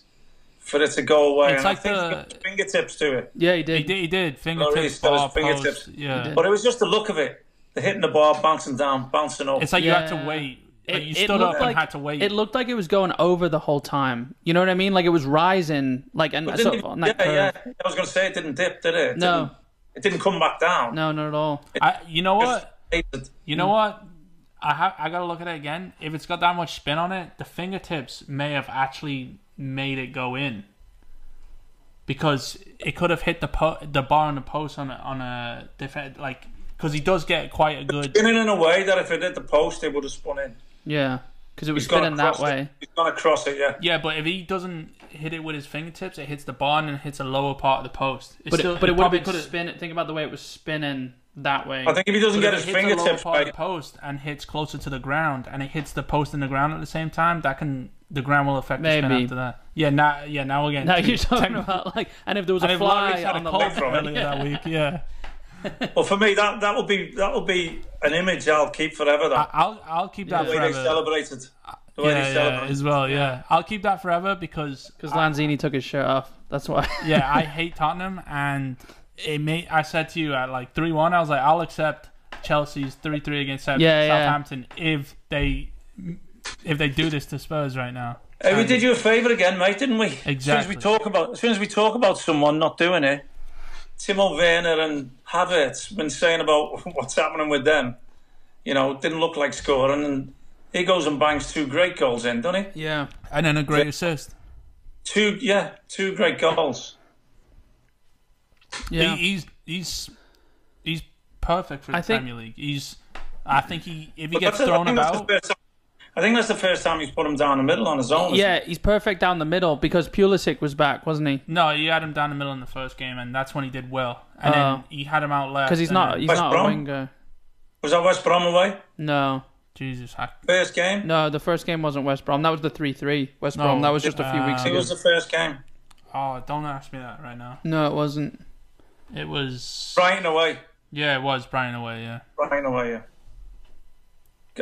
C: for it to go away.
B: It's
C: and I
B: like
C: think
B: the-
C: he's got his fingertips to it.
A: yeah. He did.
B: He did. He did.
C: he's
B: Fingertips,
C: got his
B: bar,
C: fingertips.
B: post. Yeah.
A: did.
C: But it was just the look of it. The hitting the bar, bouncing down, bouncing up.
B: It's like you had
A: Yeah.
B: to wait. Like, you
A: it
B: stood up
A: looked
B: and had to wait.
A: It looked like it was going over the whole time. You know what I mean? Like it was rising, like and
C: It
A: so,
C: didn't-
A: on that
C: yeah,
A: curve.
C: yeah. I was going to say it didn't dip, did it? it
A: No.
C: didn't- it didn't come back down.
A: No, not at all.
B: I, you know what?
C: It's-
B: You know what? I ha- I gotta look at it again. If it's got that much spin on it, the fingertips may have actually made it go in because it could have hit the po- the bar and the post on a, on a different like because he does get quite a good.
C: In and in a way that if it hit the post, it would have spun in.
A: Yeah, because it was
C: He's gonna
A: spinning that
C: cross
A: way.
C: It. He's going to cross it, yeah.
B: Yeah, but if he doesn't hit it with his fingertips, it hits the bar and it hits a lower part of the post. It's
A: But
B: still-
A: it, but it, would have
B: probably
A: been
B: could've-
A: spinning. Think about the way it was spinning that way.
C: I think if he doesn't
B: But
C: get
B: if
C: his
B: it hits the lower
C: fingertips
B: part of the
C: back,
B: post and hits closer to the ground, and it hits the post and the ground at the same time, that can the ground will affect the spin
A: Maybe.
B: after that. Yeah, now yeah now we're getting
A: now
B: too
A: you're talking
B: technical.
A: about like, and if there was a
B: And if Loris
A: fly
B: had
A: on
B: a
A: the
B: cold
A: ball,
B: from earlier that week, yeah.
C: well, for me, that that will be that will be an image I'll keep forever. That
B: I'll I'll keep that
C: the way they
B: forever.
C: celebrated, the way
B: Yeah,
C: they
B: yeah,
C: celebrated.
B: as well. Yeah, I'll keep that forever because
A: because Lanzini took his shirt off. That's why.
B: yeah, I hate Tottenham, and it may. I said to you at like three one, I was like, I'll accept Chelsea's three three against South-
A: Yeah, yeah.
B: Southampton if they if they do this to Spurs right now.
C: Hey, we did you a favour again, mate, didn't we? As soon as
B: Exactly.
C: we talk about, as soon as we talk about someone not doing it, Timo Werner and Havertz been saying about what's happening with them. You know, didn't look like scoring, and he goes and bangs two great goals in, doesn't he?
A: Yeah.
B: and then a great assist.
C: Two, yeah, two great goals.
A: Yeah.
B: He, he's he's he's perfect for the
A: I think-
B: Premier League. He's I think he if he gets
C: That's- I
B: thrown
C: think that's the
B: about,
C: first time- I think that's the first time he's put him down the middle on his own. isn't
A: Yeah, he's perfect down the middle because Pulisic was back, wasn't he?
B: no, he had him down the middle in the first game, and that's when he did well. And
A: Oh.
B: then he had him out left
A: Because he's
B: and
A: not
B: then-
A: he's
C: West
A: not a
C: Brom?
A: winger.
C: he? Was that West Brom away?
A: No.
B: Jesus, I,
C: First game.
A: No, the first game wasn't West Brom. That was the 3-3 West
B: No,
A: Brom. That was just a few weeks
B: uh,
C: It
A: ago.
C: was the first game.
B: oh, don't ask me that right now.
A: No, it wasn't.
B: It was
C: Brighton away.
B: yeah, it was Brian away. Yeah,
C: Brighton away. Yeah.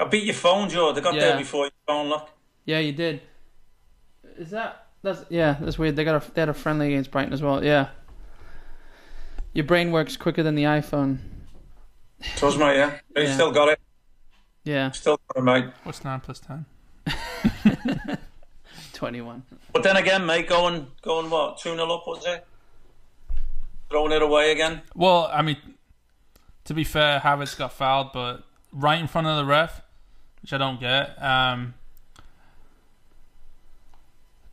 C: I beat your phone, Joe. They got
A: Yeah.
C: there before your phone. Look.
A: Yeah, you did. Is that that's yeah, that's weird. They got a they had a friendly against Brighton as well. Yeah. Your brain works quicker than the iPhone.
C: Trust me, yeah. They
A: Yeah.
C: still got it.
A: Yeah,
C: Still got it, mate.
B: what's nine plus ten?
A: 21.
C: But then again, mate, going going what? 2 0 up, was it? Throwing it away again.
B: Well, I mean, to be fair, Havertz got fouled, but right in front of the ref, which I don't get. Um,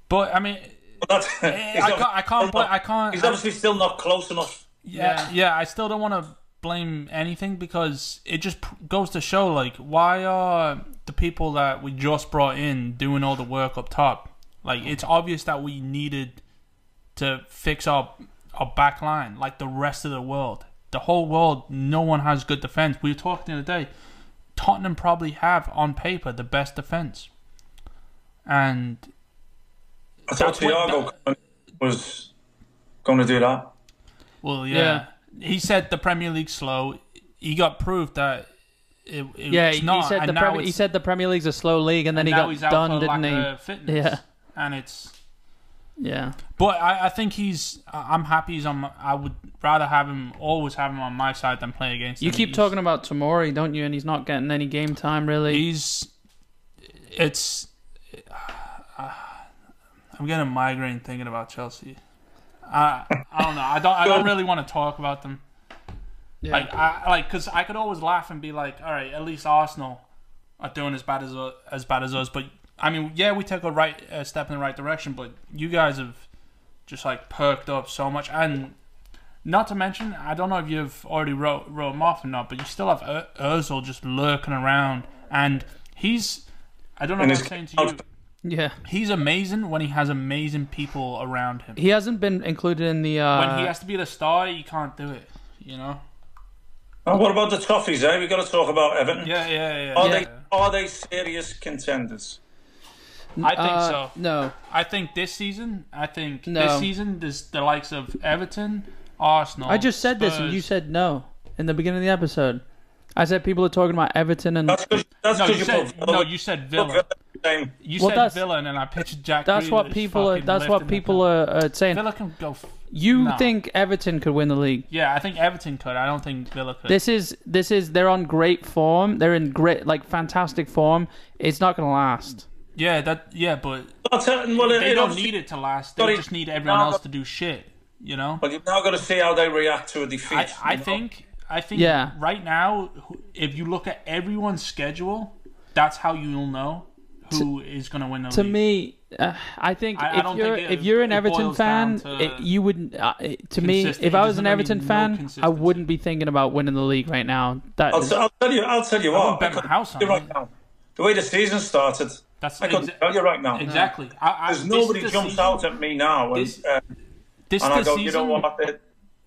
B: but I mean,
C: But that's,
B: eh,
C: he's
B: I
C: ob-
B: can't, I can't, bl- I can't.
C: He's obviously still not close enough.
B: yeah, yeah. I still don't want to blame anything because it just pr- goes to show, like, why are the people that we just brought in doing all the work up top? Like, it's obvious that we needed to fix our our back line, like the rest of the world. The whole world, no one has good defense. We were talking the other day. Tottenham probably have on paper the best defense, and
C: I thought
B: That's what-
C: Thiago was going to do that.
B: Well, yeah. He said the Premier League slow. He got proved that it, it-
A: Yeah,
B: it's
A: he,
B: not.
A: said
B: and
A: the
B: now
A: Premier, he
B: it's-
A: said the Premier League's a slow league, and then
B: now
A: he
B: he's
A: got
B: out
A: done,
B: for
A: didn't
B: lack
A: he?
B: of fitness.
A: Yeah.
B: And it's.
A: Yeah,
B: But I, I think he's. I- I'm happy he's on. My, I would rather have him always have him on my side than play against.
A: you
B: him.
A: keep
B: He's-
A: talking about Tamori, don't you? And he's not getting any game time really.
B: He's. It's. I'm getting a migraine thinking about Chelsea. I I don't know. I don't. I don't really want to talk about them.
A: Yeah.
B: Like I like because I could always laugh and be like, all right, at least Arsenal are doing as bad as u- as bad as us. But I mean, yeah, we took a right a step in the right direction, but you guys have just like perked up so much, and not to mention, I don't know if you've already wrote wrote him off or not, but you still have Ur- Özil just lurking around, and he's I don't know
C: And
B: what I'm
C: his-
B: saying to you.
A: yeah,
B: He's amazing when he has amazing people around him.
A: he hasn't been included in the. Uh,
B: When he has to be the star, he can't do it. You know?
C: And what about the toffees, eh? We've got to talk about Everton.
B: Yeah, yeah, yeah.
C: Are
B: yeah.
C: they are they serious contenders?
B: I think
A: uh,
B: so.
A: No,
B: I think this season. I think
A: No.
B: this season. This the likes of Everton, Arsenal.
A: I just said this, and
B: Oh, Spurs.
A: you said no in the beginning of the episode. I said people are talking about Everton, and
C: That's because that's
B: no.
C: because
B: You,
C: you,
B: said
C: put
B: no. You said Villa.
C: Villa the same.
B: You
A: Well,
B: said
A: that's-
B: Villa, and then I pictured Jack.
A: that's what
B: Grealish
A: people are.
B: fucking
A: That's what
B: lifting it
A: people
B: up.
A: are, are saying.
B: Villa can go. F-
A: you
B: no.
A: think Everton could win the league?
B: Yeah, I think Everton could. I don't think Villa could.
A: This is this is they're on great form. They're in great like fantastic form. It's not gonna last.
B: yeah, that. Yeah, but
C: That's it. Well, it,
B: they
C: it
B: don't
C: obviously-
B: need it to last. They
C: Sorry.
B: just need everyone
C: No,
B: else
C: but-
B: to do shit. You know.
C: Well, you've now got to see how they react to a defeat.
B: I, I
C: you know?
B: think I think
A: Yeah.
B: right now, who- if you look at everyone's schedule, that's how you'll know who is going to win the
A: To
B: league.
A: me, uh, I think
B: I- I
A: if
B: don't
A: you're
B: think it-
A: if you're an
B: it
A: Everton
B: boils down
A: fan,
B: to
A: it, you would. Uh, it- to me,
B: consistency.
A: if I was
B: There's
A: an
B: gonna
A: Everton
B: be no
A: fan, I
B: consistency.
A: wouldn't be thinking about winning the league right now. That
C: I'll, t- I'll tell you. I'll tell you
B: I
C: what.
B: wouldn't bet my
C: could
B: house
C: tell you
B: on
C: right
B: it.
C: now, the way the season started,
B: That's
C: I couldn't
B: exa-
C: tell you right now.
B: exactly. I, I,
C: There's
B: this
C: nobody
B: is the
C: jumps
B: season-
C: out at me now, and,
B: this-
C: uh,
B: This
C: and I
B: the
C: go,
B: season
C: you know what? They,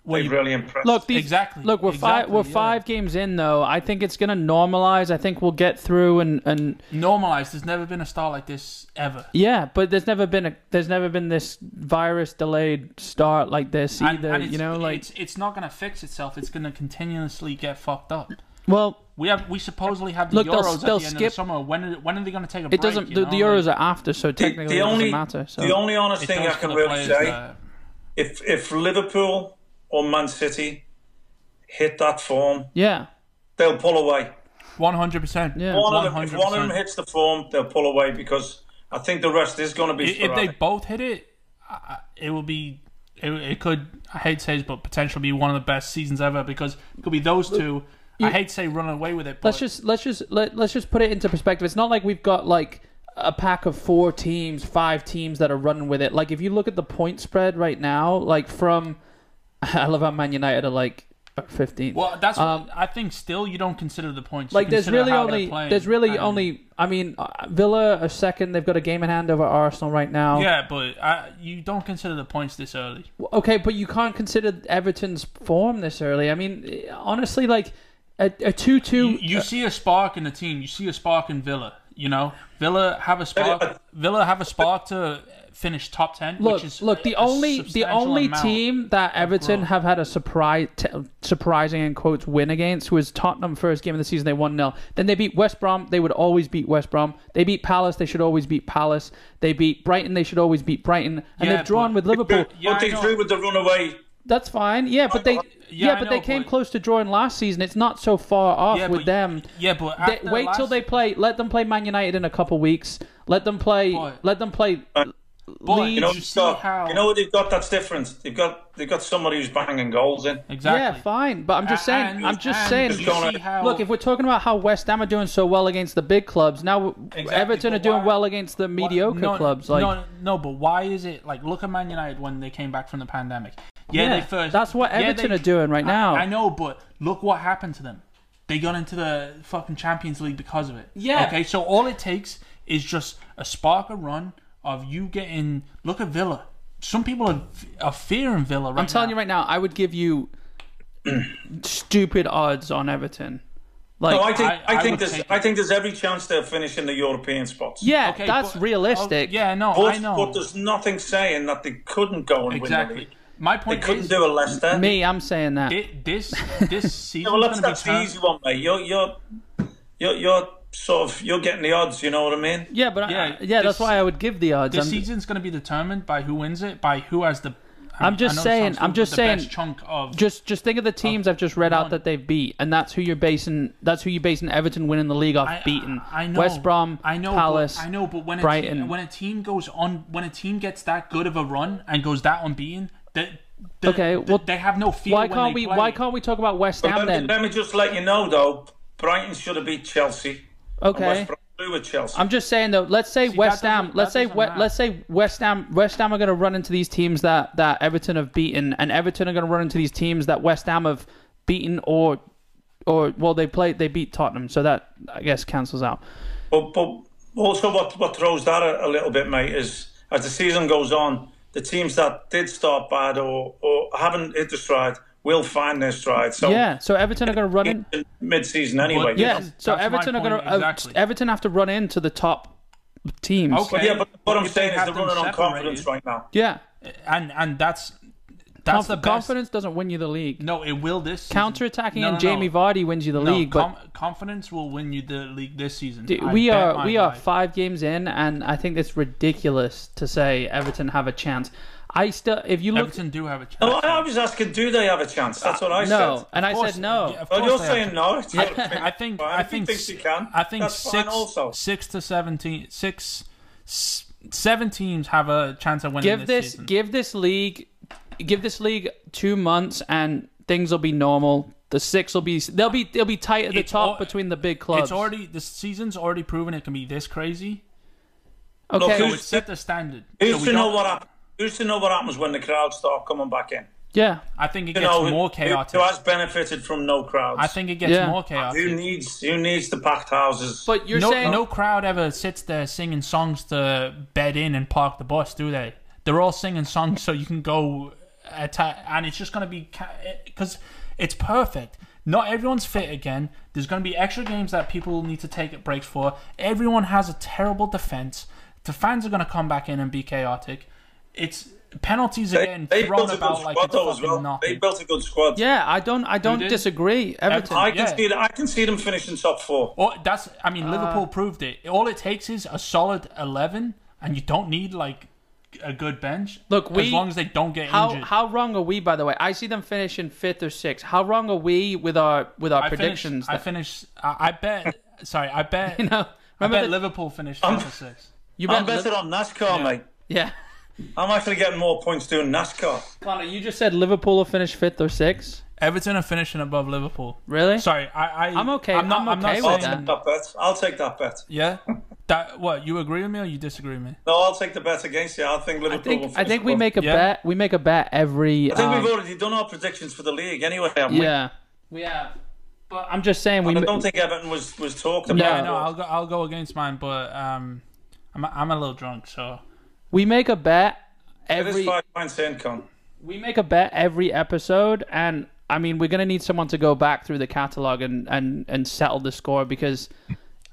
B: where
C: they
B: you-
C: really impressed.
A: Look, these,
B: Exactly.
A: Look, we're five.
B: Exactly,
A: We're
B: yeah.
A: five games in, though. I think it's going to normalize. I think we'll get through, and and
B: normalized. There's never been a star like this ever.
A: yeah. But there's never been a there's never been this virus delayed start like this
B: And-
A: either.
B: and it's-
A: you know, like
B: it's it's not going to fix itself. It's going to continuously get fucked up.
A: well,
B: We have we supposedly have the
A: Look, they'll-
B: Euros at the
A: they'll
B: end of the
A: skip-
B: summer. When are, when are they going to take a
A: it
B: break?
A: doesn't.
B: you
A: The,
B: know?
A: the
B: Like,
A: Euros are after, so technically
C: the
A: it
C: only
A: doesn't matter. So
C: the only honest
B: it
C: thing
B: does
C: I
B: for
C: can
B: the
C: really
B: players
C: say,
B: that-
C: if if Liverpool or Man City hit that form,
A: yeah,
C: they'll pull away.
B: One hundred percent.
A: Yeah.
C: One of them, if one of them
B: 100%.
C: hits the form, they'll pull away because I think the rest is going to be.
B: If they
C: sporadic.
B: both hit it, I- it will be. It, it could. I hate to say this, but potentially be one of the best seasons ever because it could be those two. I hate to say running away with it, but
A: let's just let's just let, let's just put it into perspective. It's not like we've got like a pack of four teams, five teams that are running with it. Like if you look at the point spread right now, like from I love how Man United are like fifteenth.
B: well, that's.
A: Um,
B: I think still you don't consider the points. You
A: like there's
B: consider
A: really
B: how they're
A: only
B: playing,
A: there's really
B: and-
A: only I mean uh, Villa are second. They've got a game in hand over Arsenal right now.
B: Yeah, but I, you don't consider the points this early.
A: Okay, but you can't consider Everton's form this early. I mean, honestly, like a, a two-two.
B: You, you see a spark in the team. You see a spark in Villa. You know, Villa have a spark. Villa have a spark to finish top ten.
A: look,
B: which is
A: look. The
B: a
A: only the
B: substantial
A: only
B: amount.
A: team that Everton
B: growth.
A: have had a surprise, t- surprising in quotes win against was Tottenham. First game of the season, they won 0 Then they beat West Brom. They would always beat West Brom. They beat Palace. They should always beat Palace. They beat Brighton. They should always beat Brighton. And
B: Yeah,
A: they've drawn
B: but-
A: with Liverpool.
B: Yeah,
C: but
B: I
C: they
B: know.
C: drew with the runaway.
A: That's fine. Yeah, but they yeah,
B: Oh, Yeah, I
A: but
B: know,
A: they came
B: but-
A: close to drawing last season. It's not so far off
B: Yeah,
A: with
B: but-
A: them.
B: Yeah, but
A: They-
B: after
A: wait
B: last-
A: till they play. Let them play Man United in a couple weeks. Let them play.
B: But-
A: let them play. Leeds.
B: you
C: You know,
B: see
C: so-
B: how-
C: you know what they've got that's different. They've got they've got somebody who's banging goals in.
B: Exactly.
A: Yeah, fine. But I'm just saying.
B: And-
A: I'm just
B: and
A: saying.
B: you
C: Gonna-
B: see how-
A: Look, if we're talking about how West Ham are doing so well against the big clubs, now Everton are
B: but
A: doing
B: why-
A: well against the mediocre
B: no,
A: clubs. Like,
B: no, no, but why is it like? Look at Man United when they came back from the pandemic. Yeah,
A: Yeah,
B: they first.
A: that's what
B: yeah,
A: Everton
B: they-
A: are doing right
B: I-
A: now.
B: I know, but look what happened to them. They got into the fucking Champions League because of it.
A: Yeah.
B: Okay, so all it takes is just a spark, a run of you getting. Look at Villa. Some people are, are fearing Villa right
A: I'm telling you right now, I would give you stupid odds on Everton. Like,
C: No, I think
B: I-
C: I,
B: I would
C: think there's
B: take it.
C: I think there's every chance they're finishing the European spots.
A: yeah,
B: Okay,
A: that's
B: but-
A: realistic.
B: oh, yeah, no,
C: but,
B: I know.
C: but there's nothing saying that they couldn't go and win the
B: exactly.
C: league.
B: My
C: They
B: point
C: couldn't
B: is,
C: do a Leicester.
A: Me, I'm saying that.
B: thi- this this season
C: Yeah, well, that's
B: going
C: that's
B: to be
C: the
B: turned-
C: easy one, mate. You're you're you're you're sort of you're getting the odds. You know what I mean?
A: yeah, but yeah,
B: Yeah,
A: I, yeah that's
B: this-
A: why I would give the odds.
B: This
A: I'm-
B: season's going to be determined by who wins it, by who has the.
A: I'm just
B: I know it
A: saying-
B: sounds
A: I'm
B: stupid,
A: just
B: the
A: saying-
B: Best chunk of
A: just just think of the
B: Oh,
A: teams I've just read out that they've beat, and that's who you're basing. That's who you're basing Everton winning the league off.
B: I,
A: beaten
B: I, I know.
A: West Brom,
B: I know.
A: Palace.
B: But, I know, but when a
A: Brighton.
B: team, when a team goes on, when a team gets that good of a run and goes that unbeaten, that the,
A: Okay, well,
B: they have no fear.
A: Why
B: when
A: can't
B: they
A: we?
B: play.
A: Why can't we talk about West Ham
C: Let me,
A: then?
C: let me just let you know though, Brighton should have beat Chelsea. And
A: Okay.
C: West Brom drew with Chelsea.
A: I'm just saying though. Let's say
B: that
A: West
B: doesn't-
A: Ham. Let's
B: that
A: say
B: doesn't
A: we,
B: matter.
A: let's say West Ham. West Ham are going to run into these teams that that Everton have beaten, and Everton are going to run into these teams that West Ham have beaten or or well they played they beat Tottenham, so that I guess cancels out.
C: But, but also, what, what throws that a, a little bit, mate, is as the season goes on, the teams that did start bad or, or haven't hit the stride will find their stride. So
A: Yeah, so Everton are going to run in.
C: mid-season anyway.
B: But-
C: you
A: Yeah,
C: know.
A: so
B: That's my
A: Everton are
B: point,
A: going to
B: exactly.
A: Everton have to run into the top teams.
B: Okay.
C: yeah, but what I'm
B: If they
C: saying is
B: have
C: they're
B: them
C: running on confidence right
B: separated-
C: now.
A: Yeah,
B: And and that's that's the
A: Conf-
B: best.
A: confidence doesn't win you the league.
B: No, it will this season.
A: Counter-attacking
B: No,
A: and
B: no,
A: Jamie
B: no.
A: Vardy wins you the
B: No,
A: league, but
B: com- confidence will win you the league this season.
A: D-
B: I
A: we
B: bet
A: are
B: my
A: we are
B: life.
A: five games in, and I think it's ridiculous to say Everton have a chance. I still, if you look,
B: Everton do have a chance.
C: No, Oh, I I was asking, do they have a chance? That's what I
A: no,
C: said.
A: and I
B: Of course-
A: said no.
B: yeah, of
C: Well,
B: course
C: you're
B: they have
C: saying
B: to.
C: no. It's your opinion.
B: I think
C: Fine.
B: I
C: If he
B: think
C: thinks
B: s-
C: he can,
B: I think
C: that's
B: six
C: fine also.
B: six to seventeen six s- seven teams have a chance of winning
A: Give
B: this,
A: this
B: season.
A: give this league, give this league two months, and things will be normal. The six will be they'll be they'll be tight at the
B: It's
A: top
B: al-
A: between the big clubs.
B: It's already the season's already proven it can be this crazy.
A: okay.
B: So
C: Who's-
B: it's set the standard.
C: Who's
B: So we
C: to know
B: don't-
C: what happens? Who's to know what happens when the crowds start coming back in?
A: yeah,
B: I think it
C: You
B: gets
C: know, who-
B: more
C: who-
B: chaotic.
C: Who has benefited from no crowds?
B: I think it gets
A: Yeah.
B: more
C: Who
B: chaotic.
C: needs who needs the packed houses?
A: but you're
B: No,
A: saying
B: no crowd ever sits there singing songs to bed in and park the bus, do they? They're all singing songs so you can go attack, and it's just gonna be because it's perfect. Not everyone's fit again. There's gonna be extra games that people need to take breaks for. Everyone has a terrible defense. The fans are gonna come back in and be chaotic. It's penalties are getting
C: they
B: thrown
C: built a good
B: about like
C: squad
B: it's
C: though as
B: fucking
C: well. They
B: nothing.
C: built a good squad.
A: yeah, I don't I don't
B: did?
A: disagree. Everton.
C: I can
B: yeah.
C: see that. I can see them finishing top four.
B: Or that's I mean
A: Uh,
B: Liverpool proved it. All it takes is a solid eleven, and you don't need like a good bench.
A: Look, we-
B: as long as they don't get
A: How
B: injured.
A: how wrong are we? By the way, I see them finishing fifth or sixth. How wrong are we with our with our
B: I
A: predictions?
B: Finished, I finished. I, I bet. sorry, I bet.
A: that- you know,
B: I
A: remember
B: bet
A: the-
B: Liverpool finished number six.
A: You
C: I'm
A: bet-
C: better on NASCAR, mate.
A: Yeah.
C: I'm actually getting more points doing NASCAR.
A: Connor, you just said Liverpool will finish fifth or sixth.
B: Everton are finishing above Liverpool.
A: Really?
B: Sorry, I, I
A: I'm okay-
B: I'm not.
A: I'm
B: I'm not
A: okay
C: I'll
A: with
B: saying-
A: that.
C: take that bet. I'll take that bet.
B: Yeah. That what you agree with me or you disagree with me?
C: No, I'll take the bet against you. I think
A: I
C: Liverpool. will
A: think I
C: finish
A: think we
C: above.
A: make a
B: Yeah.
A: bet. We make a bet every.
C: I think
A: um,
C: we've already done our predictions for the league anyway. Haven't
A: Yeah, we have. But I'm just saying we.
C: we? And I
A: ma-
C: don't think Everton was was talked about.
A: No.
B: Yeah, no, I'll go. I'll go against mine, but um, I'm I'm a little drunk, so
A: We make a bet
C: It is
A: every
C: five points in, Con.
A: we make a bet every episode and I mean we're gonna need someone to go back through the catalogue and, and, and settle the score because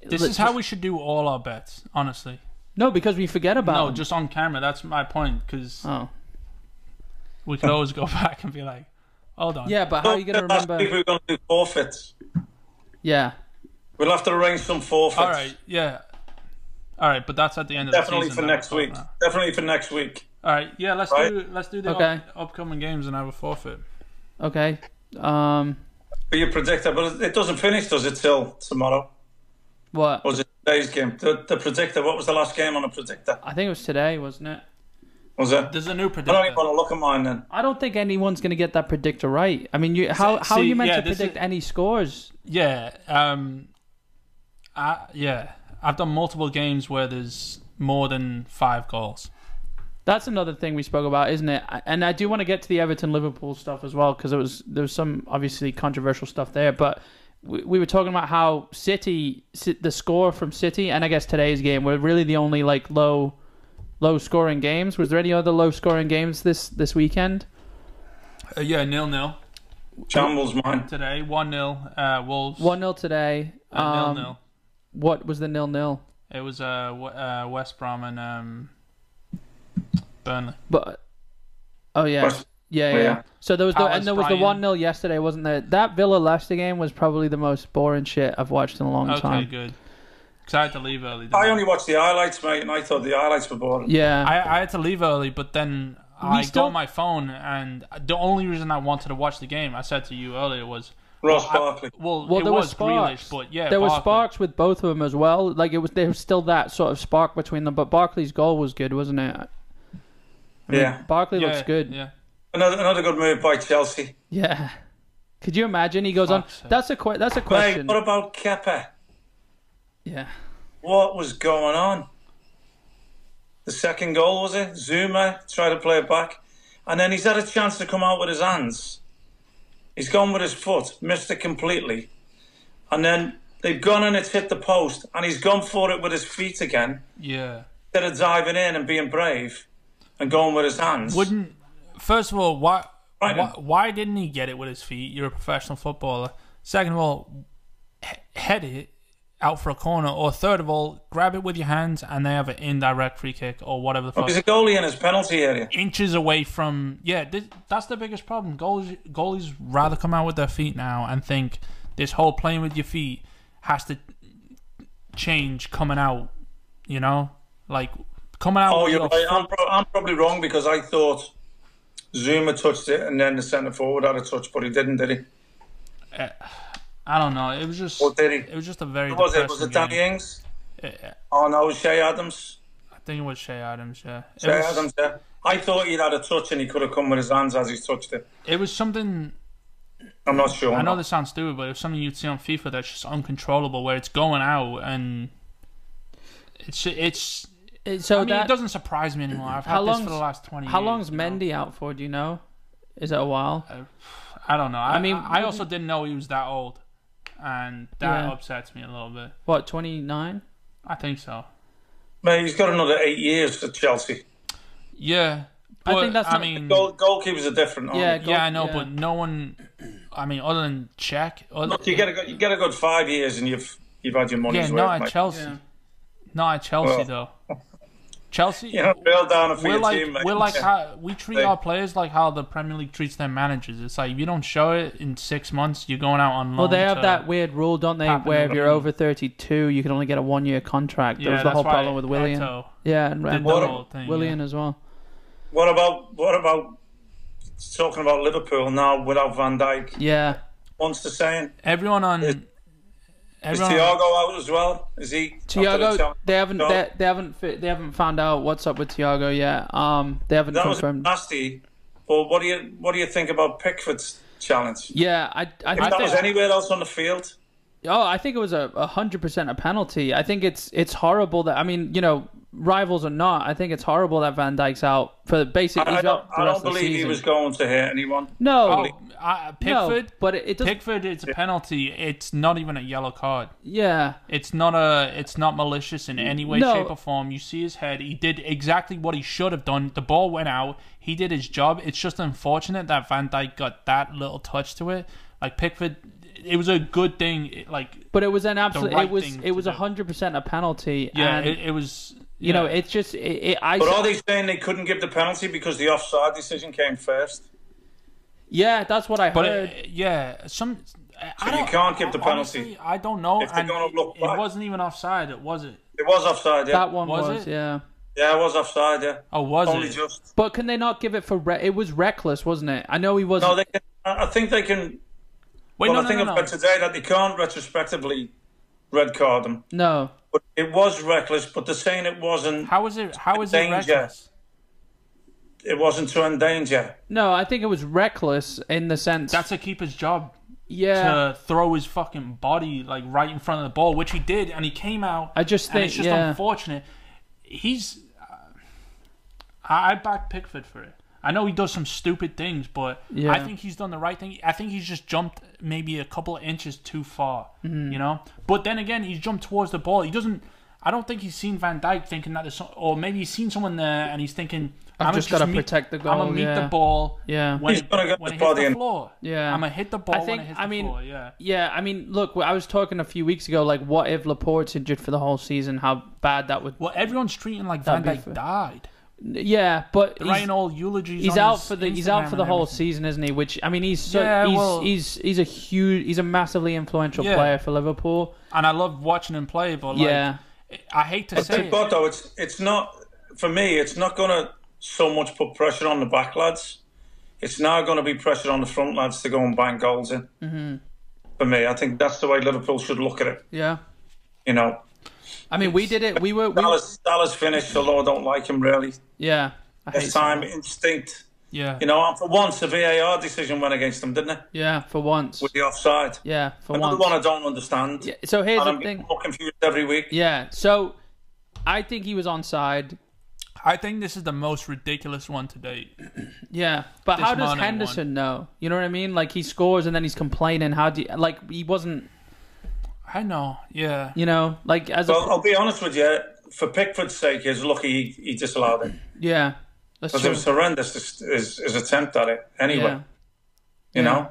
B: this is how we should do all our bets, honestly.
A: No, because we forget about
B: No,
A: them.
B: just on camera. That's my point, because
A: um, Oh.
B: we could always go back and be like, hold on.
A: Yeah, but how are Ah, you gonna
C: Last week we
A: remember
C: were going to do forfeits.
A: Yeah.
C: We'll have to arrange some forfeits.
B: All right. Yeah. All right, but that's at the end of
C: Definitely
B: the
C: for
B: season.
C: next
B: though, so-
C: week. Definitely for next week.
B: All right. Yeah. Let's
C: Right?
B: do. Let's do the up-
A: Okay.
B: upcoming games and have a forfeit.
A: Okay. Um
C: But you predict that, but it doesn't finish, does it, till tomorrow?
A: what?
B: Oh.
C: Or is it today's game? The, the predictor, what was the last game on the predictor?
A: I think it was today, wasn't it?
C: Was it?
B: There's a new
C: I
B: predictor.
C: don't even want to look at mine then.
A: I don't think anyone's gonna get that predictor right. I mean you how how are
B: see,
A: you meant
B: yeah,
A: to
B: this
A: predict
B: is-
A: any scores?
B: Yeah. Um. I yeah. I've done multiple games where there's more than five goals.
A: That's another thing we spoke about, isn't it? I- And I do want to get to the Everton Liverpool stuff as well because there was there was some obviously controversial stuff there, but we, we were talking about how City Ci- the score from City and I guess today's game were really the only like low low scoring games. Was there any other low scoring games this this weekend?
B: Uh, yeah. Nil nil
C: Shambles mine.
B: today. One nil. Uh. Wolves.
A: 1-0 today.
B: Uh,
A: um,
B: nil nil.
A: What was the nil nil?
B: It was uh, W- uh West Brom and um Burnley.
A: But oh yeah.
C: West-
A: Yeah, yeah,
C: yeah.
A: yeah. So there was the,
B: Palace,
A: and there was the
B: Brighton.
A: one 0 yesterday, wasn't there? That Villa Leicester game was probably the most boring shit I've watched in a long
B: Okay.
A: time.
B: Good. Because I had to leave early. didn't
C: I only watched the highlights, mate, and I thought the highlights were boring.
A: Yeah,
B: I, I had to leave early, but then I
A: still-
B: got my phone, and the only reason I wanted to watch the game, I said to you earlier, was
C: Ross
B: I-
C: Barkley.
B: well,
A: well,
B: it
A: there
B: was
A: was sparks.
B: Grealish, but yeah,
A: there was
B: Barkley.
A: sparks with both of them as well. Like it was, there was still that sort of spark between them. But Barkley's goal was good, wasn't it?
C: Yeah.
A: Barkley
B: Yeah,
A: looks good. Yeah.
B: Yeah,
C: Another, another good move by Chelsea.
A: Could you imagine? He goes
B: Fuck's
A: on.
B: sake.
A: That's a que- that's a
C: Mate,
A: question.
C: what about Kepa?
A: yeah.
C: What was going on? The second goal, was it? Zuma tried to play it back. And then he's had a chance to come out with his hands. He's gone with his foot, missed it completely. And then they've gone and it's hit the post. And he's gone for it with his feet again.
B: yeah.
C: Instead of diving in and being brave and going with his hands.
B: Wouldn't first of all, why,
C: Right
B: why
C: then.
B: why didn't he get it with his feet? You're a professional footballer. Second of all, he- head it out for a corner, or third of all, grab it with your hands, and they have an indirect free kick or whatever the fuck.
C: He's a goalie in his penalty area.
B: inches away from yeah this, that's the biggest problem goalies goalies rather come out with their feet now and think this whole playing with your feet has to change coming out you know like coming out
C: Oh,
B: with
C: you're
B: your
C: right.
B: foot-
C: I'm, pro- I'm probably wrong because I thought Zuma touched it and then the centre forward had a touch, but he didn't, did he?
B: i don't know it was just
C: Or did he?
B: it was just a very
C: Who was it? Was
B: depressing
C: it Danny
B: game.
C: Ings?
B: Yeah,
C: Oh no, Shay Adams.
B: i think it was Shea adams yeah it,
C: Shay
B: was,
C: Adams. Yeah. I thought he'd had a touch and he could have come with his hands as he touched it.
B: it was something
C: I'm not sure.
B: i know this sounds stupid but it was something you'd see on fifa that's just uncontrollable where it's going out and it's it's
A: It- So
B: I mean,
A: that
B: it doesn't surprise me anymore. I've
A: How
B: had this for
A: long's-
B: the last twenty.
A: how
B: years,
A: long's
B: you know?
A: Mendy out for? Do you know? Is it a while?
B: I don't know. I,
A: mean,
B: mean, I also didn't know he was that old, and that
A: Yeah.
B: upsets me a little bit.
A: What twenty nine?
B: I think so.
C: Mate, he's got another eight years for Chelsea.
A: I
B: Yeah, but, I
A: think that's not-
B: mean,
C: Goal, goalkeepers are different. aren't
A: Yeah,
C: they?
B: Mm. yeah, I know,
A: yeah.
B: but no one. I mean, other than Czech, other,
C: Look, you get a good, you get a good five years and you've you've had your
B: yeah,
C: money's
B: not
C: worth.
B: at
C: mate.
B: Chelsea,
A: Yeah.
B: not at Chelsea though. Chelsea,
C: You know, drill down for
B: we're
C: your
B: like
C: team. Mate.
B: we're like
C: Yeah.
B: how we treat
C: They-
B: our players like how the Premier League treats their managers. It's like if you don't show it in six months, you're going out on loan.
A: Well, they have
B: to-
A: that weird rule, don't they?
B: Pappenheimer.
A: Where if you're over thirty two, you can only get a one year contract.
B: Yeah,
A: there was the
B: that's
A: whole
B: why
A: problem with Willian.
B: Eto
A: Yeah, and,
B: did
A: and
B: the
C: What-
B: whole thing, yeah.
A: Willian as well.
C: What about what about talking about Liverpool now without Van Dijk?
A: Yeah,
C: Wants to saying
B: Everyone on
C: Is
B: Everyone-
C: Thiago out as well? Is he? after the
A: Tiago,
C: Champions
A: they haven't
C: Cup?
A: they, they haven't fi- they haven't found out what's up with Tiago yet. Um, they haven't
C: that was
A: confirmed.
C: nasty. But what do you what do you think about Pickford's challenge?
A: yeah, I I,
C: if
A: think
C: that was anywhere else on the field,
A: Oh, I think it was a a hundred percent a penalty. I think it's it's horrible that I mean you know rivals or not. I think it's horrible that Van Dyke's out for basically
C: I
A: he's
C: don't,
A: out for
C: I
A: the rest
C: don't
A: of the
C: believe he
A: season.
C: was going to hurt anyone.
A: no,
B: Oh, uh, Pickford.
A: no, but it, it doesn't.
B: Pickford, it's a penalty. It's not even a yellow card.
A: yeah,
B: It's not a. It's not malicious in any way,
A: No.
B: shape, or form. You see his head. He did exactly what he should have done. The ball went out. He did his job. It's just unfortunate that Van Dyke got that little touch to it. Like Pickford, it was a good thing. It, like
A: but it was an absolute.
B: right
A: it was
B: thing
A: it
B: to
A: was
B: do.
A: a hundred percent a penalty.
B: yeah,
A: and,
B: it, it was.
A: you know it's just it, it, I.
C: But are they saying they couldn't give the penalty because the offside decision came first?
A: yeah, that's what I
B: But
A: heard.
B: it, yeah, some. I-
C: So
B: I
C: you
B: don't-
C: can't give the
B: honestly,
C: penalty.
B: I don't know.
C: If they're
B: and
C: gonna look
B: it,
C: back.
B: wasn't even offside. It was it.
C: It was offside. Yeah,
A: that one was,
B: was it?
A: yeah.
C: yeah, it was offside. Yeah,
B: Oh, was
C: only
B: it?
C: just.
A: But can they not give it for? Re- it was reckless, wasn't it? I know he wasn't.
C: No, they can, I I think they can.
B: Wait,
C: Well,
B: no,
C: I
B: no,
C: think
B: no,
C: I've
B: no.
C: read today that they can't retrospectively red card them.
A: no.
C: But it was reckless. But they're saying it wasn't.
B: How is it? How is it
C: Danger.
B: reckless?
C: It wasn't to endanger.
A: No, I think it was reckless in the sense.
B: That's a keeper's job.
A: yeah.
B: to throw his fucking body like right in front of the ball, which he did, and he came out.
A: I just
B: and it's
A: think-
B: just
A: yeah.
B: unfortunate. He's, uh, I I back Pickford for it. I know he does some stupid things, but
A: Yeah.
B: I think he's done the right thing. I think he's just jumped maybe a couple of inches too far,
A: Mm-hmm.
B: you know. But then again, he's jumped towards the ball. He doesn't. I don't think he's seen Van Dyke thinking that there's, some, or maybe he's seen someone there and he's thinking,
A: I've
B: "I'ma
A: just gotta
B: meet-
A: protect the
B: I'ma
A: goal,
B: meet
A: yeah.
B: the ball.
A: Yeah.
B: when
C: He's
B: it-
C: gonna get
B: when
C: his
B: it hits
C: body
B: the
C: in.
B: floor.
A: Yeah.
B: I'm gonna hit the ball.
A: I
B: when
A: think.
B: it hits
A: I
B: the
A: mean.
B: floor. yeah.
A: Yeah. I mean, look. I was talking a few weeks ago. Like, what if Laporte's injured for the whole season? How bad that would.
B: Well, everyone's treating like
A: That'd
B: Van
A: be
B: Dyke
A: fair.
B: died.
A: Yeah, but
B: They're
A: he's,
B: writing all eulogies.
A: he's
B: on
A: out
B: his
A: for the he's out
B: Instagram
A: for the
B: and
A: whole
B: everything.
A: season, isn't he? Which I mean, he's so
B: Yeah,
A: he's,
B: well-
A: he's he's a huge he's a massively influential
B: Yeah.
A: player for Liverpool.
B: And I love watching him play, but like,
A: Yeah.
B: I hate to say it.
C: But though it's it's not for me. It's not going to so much put pressure on the back lads. It's now going to be pressure on the front lads to go and bang goals in. Mm-hmm. For me, I think that's the way Liverpool should look at it.
A: Yeah.
C: You know,
A: I mean, we did it. We were. We, were-
C: Salah's, Salah's finished, although I don't like him really.
A: yeah. I hate
C: This time,
A: Salah.
C: instinct.
B: Yeah,
C: You know, and for once, the VAR decision went against them, didn't it?
A: Yeah, for once.
C: With the offside.
A: Yeah, for
C: Another
A: once.
C: one I don't understand.
A: So here's
C: and
A: the
C: I'm
A: thing.
C: getting more confused every week.
A: Yeah. So I think he was on side.
B: I think this is the most ridiculous one to date.
A: Yeah. But how does
B: morning one.
A: Henderson know? You know what I mean? Like he scores and then he's complaining. How do you, like he wasn't,
B: I know. Yeah,
A: you know, like as
C: Well, oh.
A: a
C: I'll be honest with you. For Pickford's sake, he's lucky he, he disallowed it.
A: yeah. That's
C: Because it
A: true.
C: was horrendous, his, his, his attempt at it, anyway.
A: Yeah.
C: You know?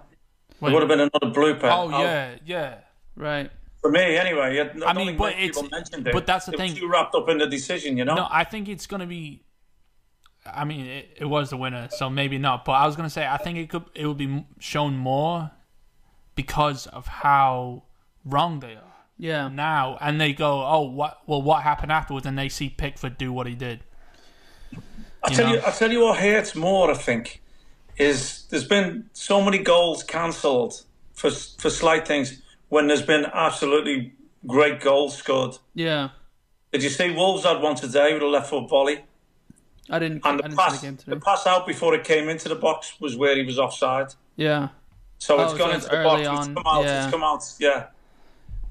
C: It would have been another blooper. I'll-
B: Oh yeah, yeah.
A: Right.
C: For me, anyway. I, I
B: mean,
C: mean,
B: but
C: but people
B: it's-
C: mentioned it.
B: but that's the
C: They were
B: thing.
C: too wrapped up in the decision, you know?
B: No, I think it's gonna be. I mean, it, it was the winner, so maybe not. But I was gonna say, I think it could, it would be shown more because of how wrong they are.
A: Yeah.
B: now and they go, oh, what? Well, what happened afterwards? And they see Pickford do what he did.
C: I
B: you
C: tell
B: know.
C: you, I tell you what hurts more. I think is there's been so many goals cancelled for for slight things when there's been absolutely great goals scored.
A: Yeah.
C: Did you see Wolves had one today with a left foot volley
A: I didn't. I
C: and the
A: didn't see
C: pass
A: the game
C: the
A: today.
C: pass out before it came into the box was where he was offside.
A: Yeah.
C: So
A: Oh,
C: it's
A: so
C: gone
A: it's
C: into the
A: early
C: box.
A: on,
C: It's come out.
A: yeah.
C: It's come out. Yeah.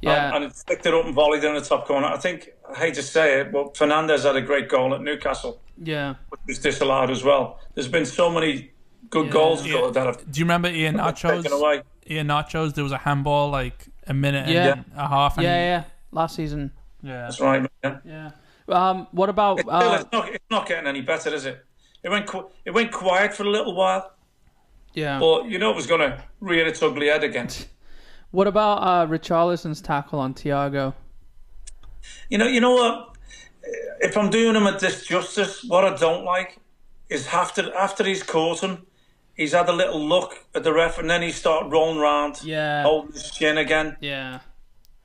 A: Yeah.
C: And, and it flicked it up and volleyed in the top corner. I think I hate to say it, but Fernandez had a great goal at Newcastle,
A: yeah.
C: which was disallowed as well. There's been so many good goals scored that have
B: Do you remember Ian
C: been
B: Nachos?
C: taken away.
B: Ian Nachos, there was a handball like a minute
A: Yeah.
B: and a half. And
A: Yeah. Yeah. Last season.
B: yeah.
C: That's right. Yeah.
A: Yeah. Um. What about?
C: Still,
A: Uh,
C: it's, not, it's not getting any better, is it? It went qu- it went quiet for a little while,
A: yeah.
C: but you know it was going to rear its ugly head again.
A: What about uh Richarlison's tackle on Tiago?
C: You know, you know what? If I'm doing him a disjustice, what I don't like is after after he's caught him, he's had a little look at the ref, and then he started rolling round,
A: Yeah.
C: holding his chin again.
A: Yeah.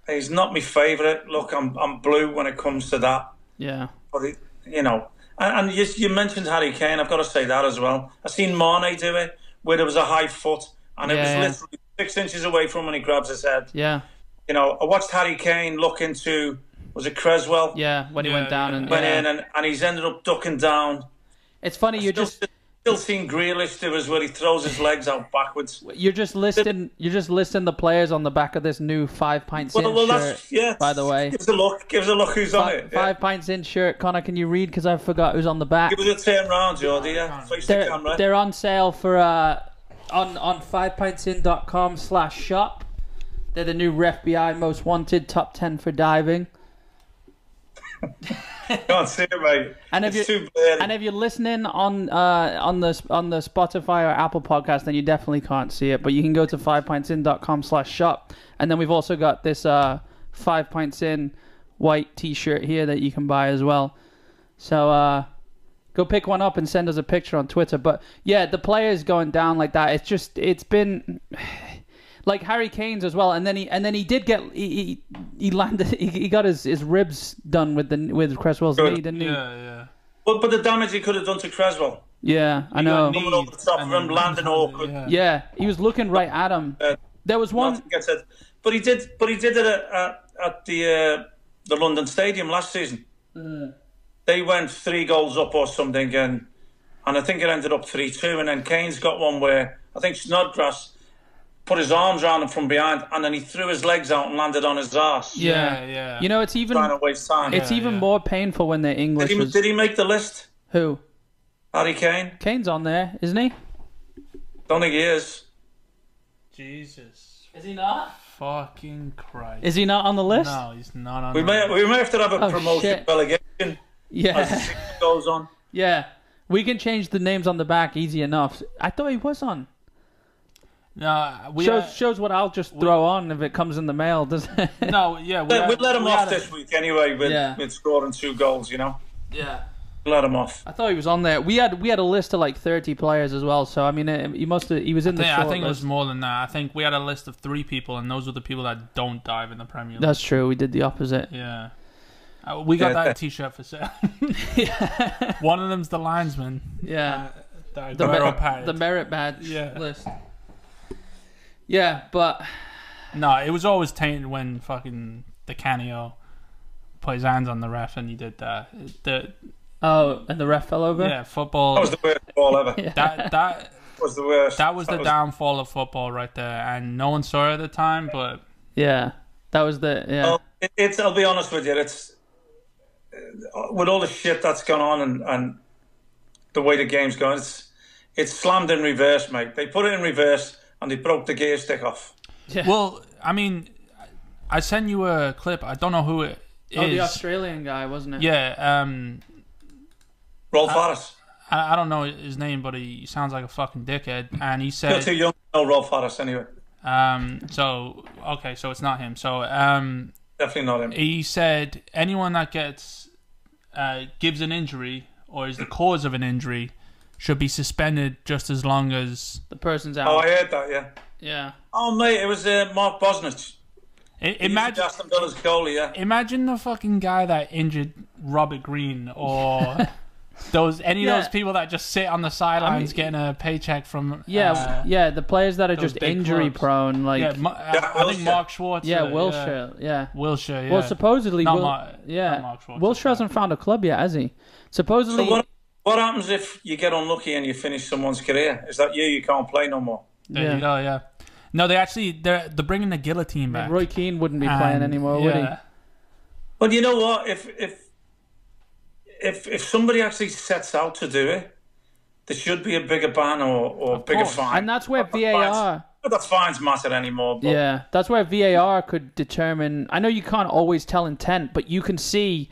C: He's not my favourite. Look, I'm I'm blue when it comes to that.
A: Yeah.
C: But it, you know, and, and you, you mentioned Harry Kane. I've got to say that as well. I seen Mane do it where there was a high foot, and
A: Yeah,
C: it was
A: yeah.
C: literally six inches away from when he grabs his head.
A: Yeah.
C: you know, I watched Harry Kane look into was it Creswell?
A: Yeah, when he
B: Yeah,
A: went down
B: yeah.
A: and
C: Went
A: yeah.
C: in and, and he's ended up ducking down.
A: it's funny you're
C: Still,
A: just
C: still seen Grealish there was where he throws his legs out backwards.
A: you're just listing you're just listing the players on the back of this new five pints in
C: Well, well,
A: shirt.
C: that's yeah.
A: by the way.
C: give us a look. Give us a look who's on
A: Five,
C: it. yeah.
A: five pints in shirt, Connor. Can you read? Because I forgot who's on the back.
C: Give us a turn round, Jordy. Yeah, face the
A: They're,
C: camera.
A: they're on sale for uh, on on fivepintsin.com slash shop. They're the new RefBI Most Wanted top ten for diving.
C: Can't see it, mate.
A: And if
C: it's
A: you-
C: too blurry.
A: And if you're listening on uh, on the on the Spotify or Apple podcast, then you definitely can't see it. But you can go to fivepintsin.com slash shop. And then we've also got this uh, Five Pints In white T-shirt here that you can buy as well. So uh, go pick one up and send us a picture on Twitter. But yeah, the players going down like that. It's just it's been like Harry Kane's as well, and then he and then he did get he he, he landed he, he got his, his ribs done with the with Cresswell's
C: Good.
A: knee, didn't he?
B: Yeah, yeah.
C: but, but the damage he could have done to Creswell.
A: Yeah, I
B: got
A: know.
B: knee-
C: Coming over the top of him,
B: And-
C: landing awkward.
B: Yeah.
A: Yeah, he was looking right at him.
C: Uh,
A: There was one.
C: Nothing gets it. But he did. But he did it at, at, at the uh, the London Stadium last season.
A: Mm.
C: They went three goals up or something, and and I think it ended up three two. And then Kane's got one where I think Snodgrass put his arms round him from behind, and then he threw his legs out and landed on his ass.
A: Yeah,
B: Yeah, yeah.
A: You know, it's even
C: trying to waste time.
A: it's
B: Yeah,
A: even
B: yeah.
A: more painful when they're
C: did,
A: English.
C: he,
A: as-
C: did he make the list?
A: Who?
C: Harry Kane?
A: Kane's on there, isn't he?
C: Don't think he is.
B: Jesus
A: Is he not?
B: fucking Christ.
A: Is he not on the list?
B: no, he's not on.
C: We
B: the
C: may
B: list.
C: we may have to have a
A: Oh,
C: promotion
A: shit.
C: relegation as the
A: Yeah,
C: season goes on.
A: yeah. We can change the names on the back easy enough. I thought he was on.
B: No, uh, we
A: Shows
B: had-
A: shows what I'll just throw on if it comes in the mail, does it?
B: no, yeah. We
C: We'll
B: had-
C: let him
B: we
C: off
B: had a-
C: this week anyway with,
A: Yeah.
C: with scoring two goals, you know.
A: Yeah.
C: Let him off.
A: I thought he was on there. We had we had a list of like thirty players as well, so I mean, it, he must have he was in the.
B: Yeah, I
A: short
B: think it
A: list.
B: was more than that. I think we had a list of three people, and those were the people that don't dive in the Premier League.
A: That's true. We did the opposite.
B: yeah. Uh, we got
C: Yeah.
B: that T-shirt for sale. One of them's the linesman.
A: Yeah.
B: Uh, that
A: the,
B: Aguero
A: merit,
B: parried.
A: the merit badge
B: Yeah.
A: list. Yeah, but
B: no, it was always tainted when fucking the Canio put his hands on the ref and he did that. The,
A: oh, and the ref fell over.
B: yeah,
C: That
B: football.
C: was the worst ball ever. That
B: that that
C: was the worst.
B: that was the downfall of football right there, and no one saw it at the time, but
A: Yeah, that was the yeah.
C: Well, it- it's. I'll be honest with you. It's uh, with all the shit that's gone on and, and the way the game's going. It's it's slammed in reverse, mate. They put it in reverse and they broke the gear stick off.
B: Well, I mean, I sent you a clip. I don't know who it is.
A: oh, the Australian guy wasn't it?
B: yeah, um,
C: Rolf
B: Uh,
C: Harris.
B: I, I don't know his name, but he sounds like a fucking dickhead. And he
C: You're too
B: said,
C: young to know Rolf Harris anyway.
B: um, so okay, so it's not him. So um,
C: Definitely not him.
B: he said anyone that gets uh, gives an injury or is the cause of an injury should be suspended just as long as
A: the person's out.
C: Oh, I heard that. Yeah.
A: yeah,
C: Oh, mate, it was uh, Mark Bosnich.
B: I-
C: He was
B: imagine.
C: Aston Villa's goalie. Yeah.
B: Imagine the fucking guy that injured Robert Green or those any
A: Yeah.
B: of those people that just sit on the sidelines
A: I mean-
B: getting a paycheck from
A: yeah,
B: uh,
A: yeah. The players that are
B: those
A: just
B: big
A: injury
B: clubs.
A: prone, like
B: yeah,
A: yeah,
B: Ma- I- I, think
C: Wilshere.
B: Mark Schwartz uh,
A: Wilshire, yeah.
B: yeah. Wilshire yeah
A: Well, supposedly,
B: Not
A: Wil-
B: Mar-
A: yeah,
B: not Mark Schwartz,
A: Wilshire hasn't found a club yet, has he?
C: So
A: Supposedly,
C: what,
A: Mm.
C: what happens if you get unlucky and you finish someone's career? Is that you? You can't play no more.
B: there
A: yeah.
B: you go yeah no they actually they're they're bringing the guillotine back
A: Roy Keane wouldn't be
B: And-
A: playing anymore, would he?
B: yeah.
C: But you know what? If if if if somebody actually sets out to do it, there should be a bigger ban or, or bigger
B: course.
C: fine.
A: And that's where
C: Not that
A: VAR.
C: Fines, not that fines matter anymore. But
A: Yeah, that's where VAR could determine. I know you can't always tell intent, but you can see,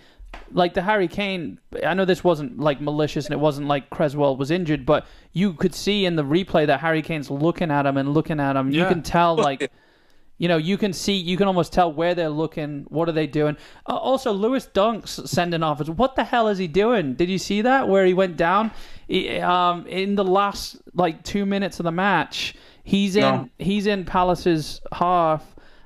A: like the Harry Kane. I know this wasn't like malicious and it wasn't like Creswell was injured, but you could see in the replay that Harry Kane's looking at him and looking at him. You
B: Yeah.
A: can tell,
C: Well,
A: like, you know, you can see, you can almost tell where they're looking. What are they doing? Uh, also, Lewis Dunks sending off. is- What the hell is he doing? Did you see that where he went down? He, um, in the last like two minutes of the match, he's in
C: No.
A: he's in Palace's half,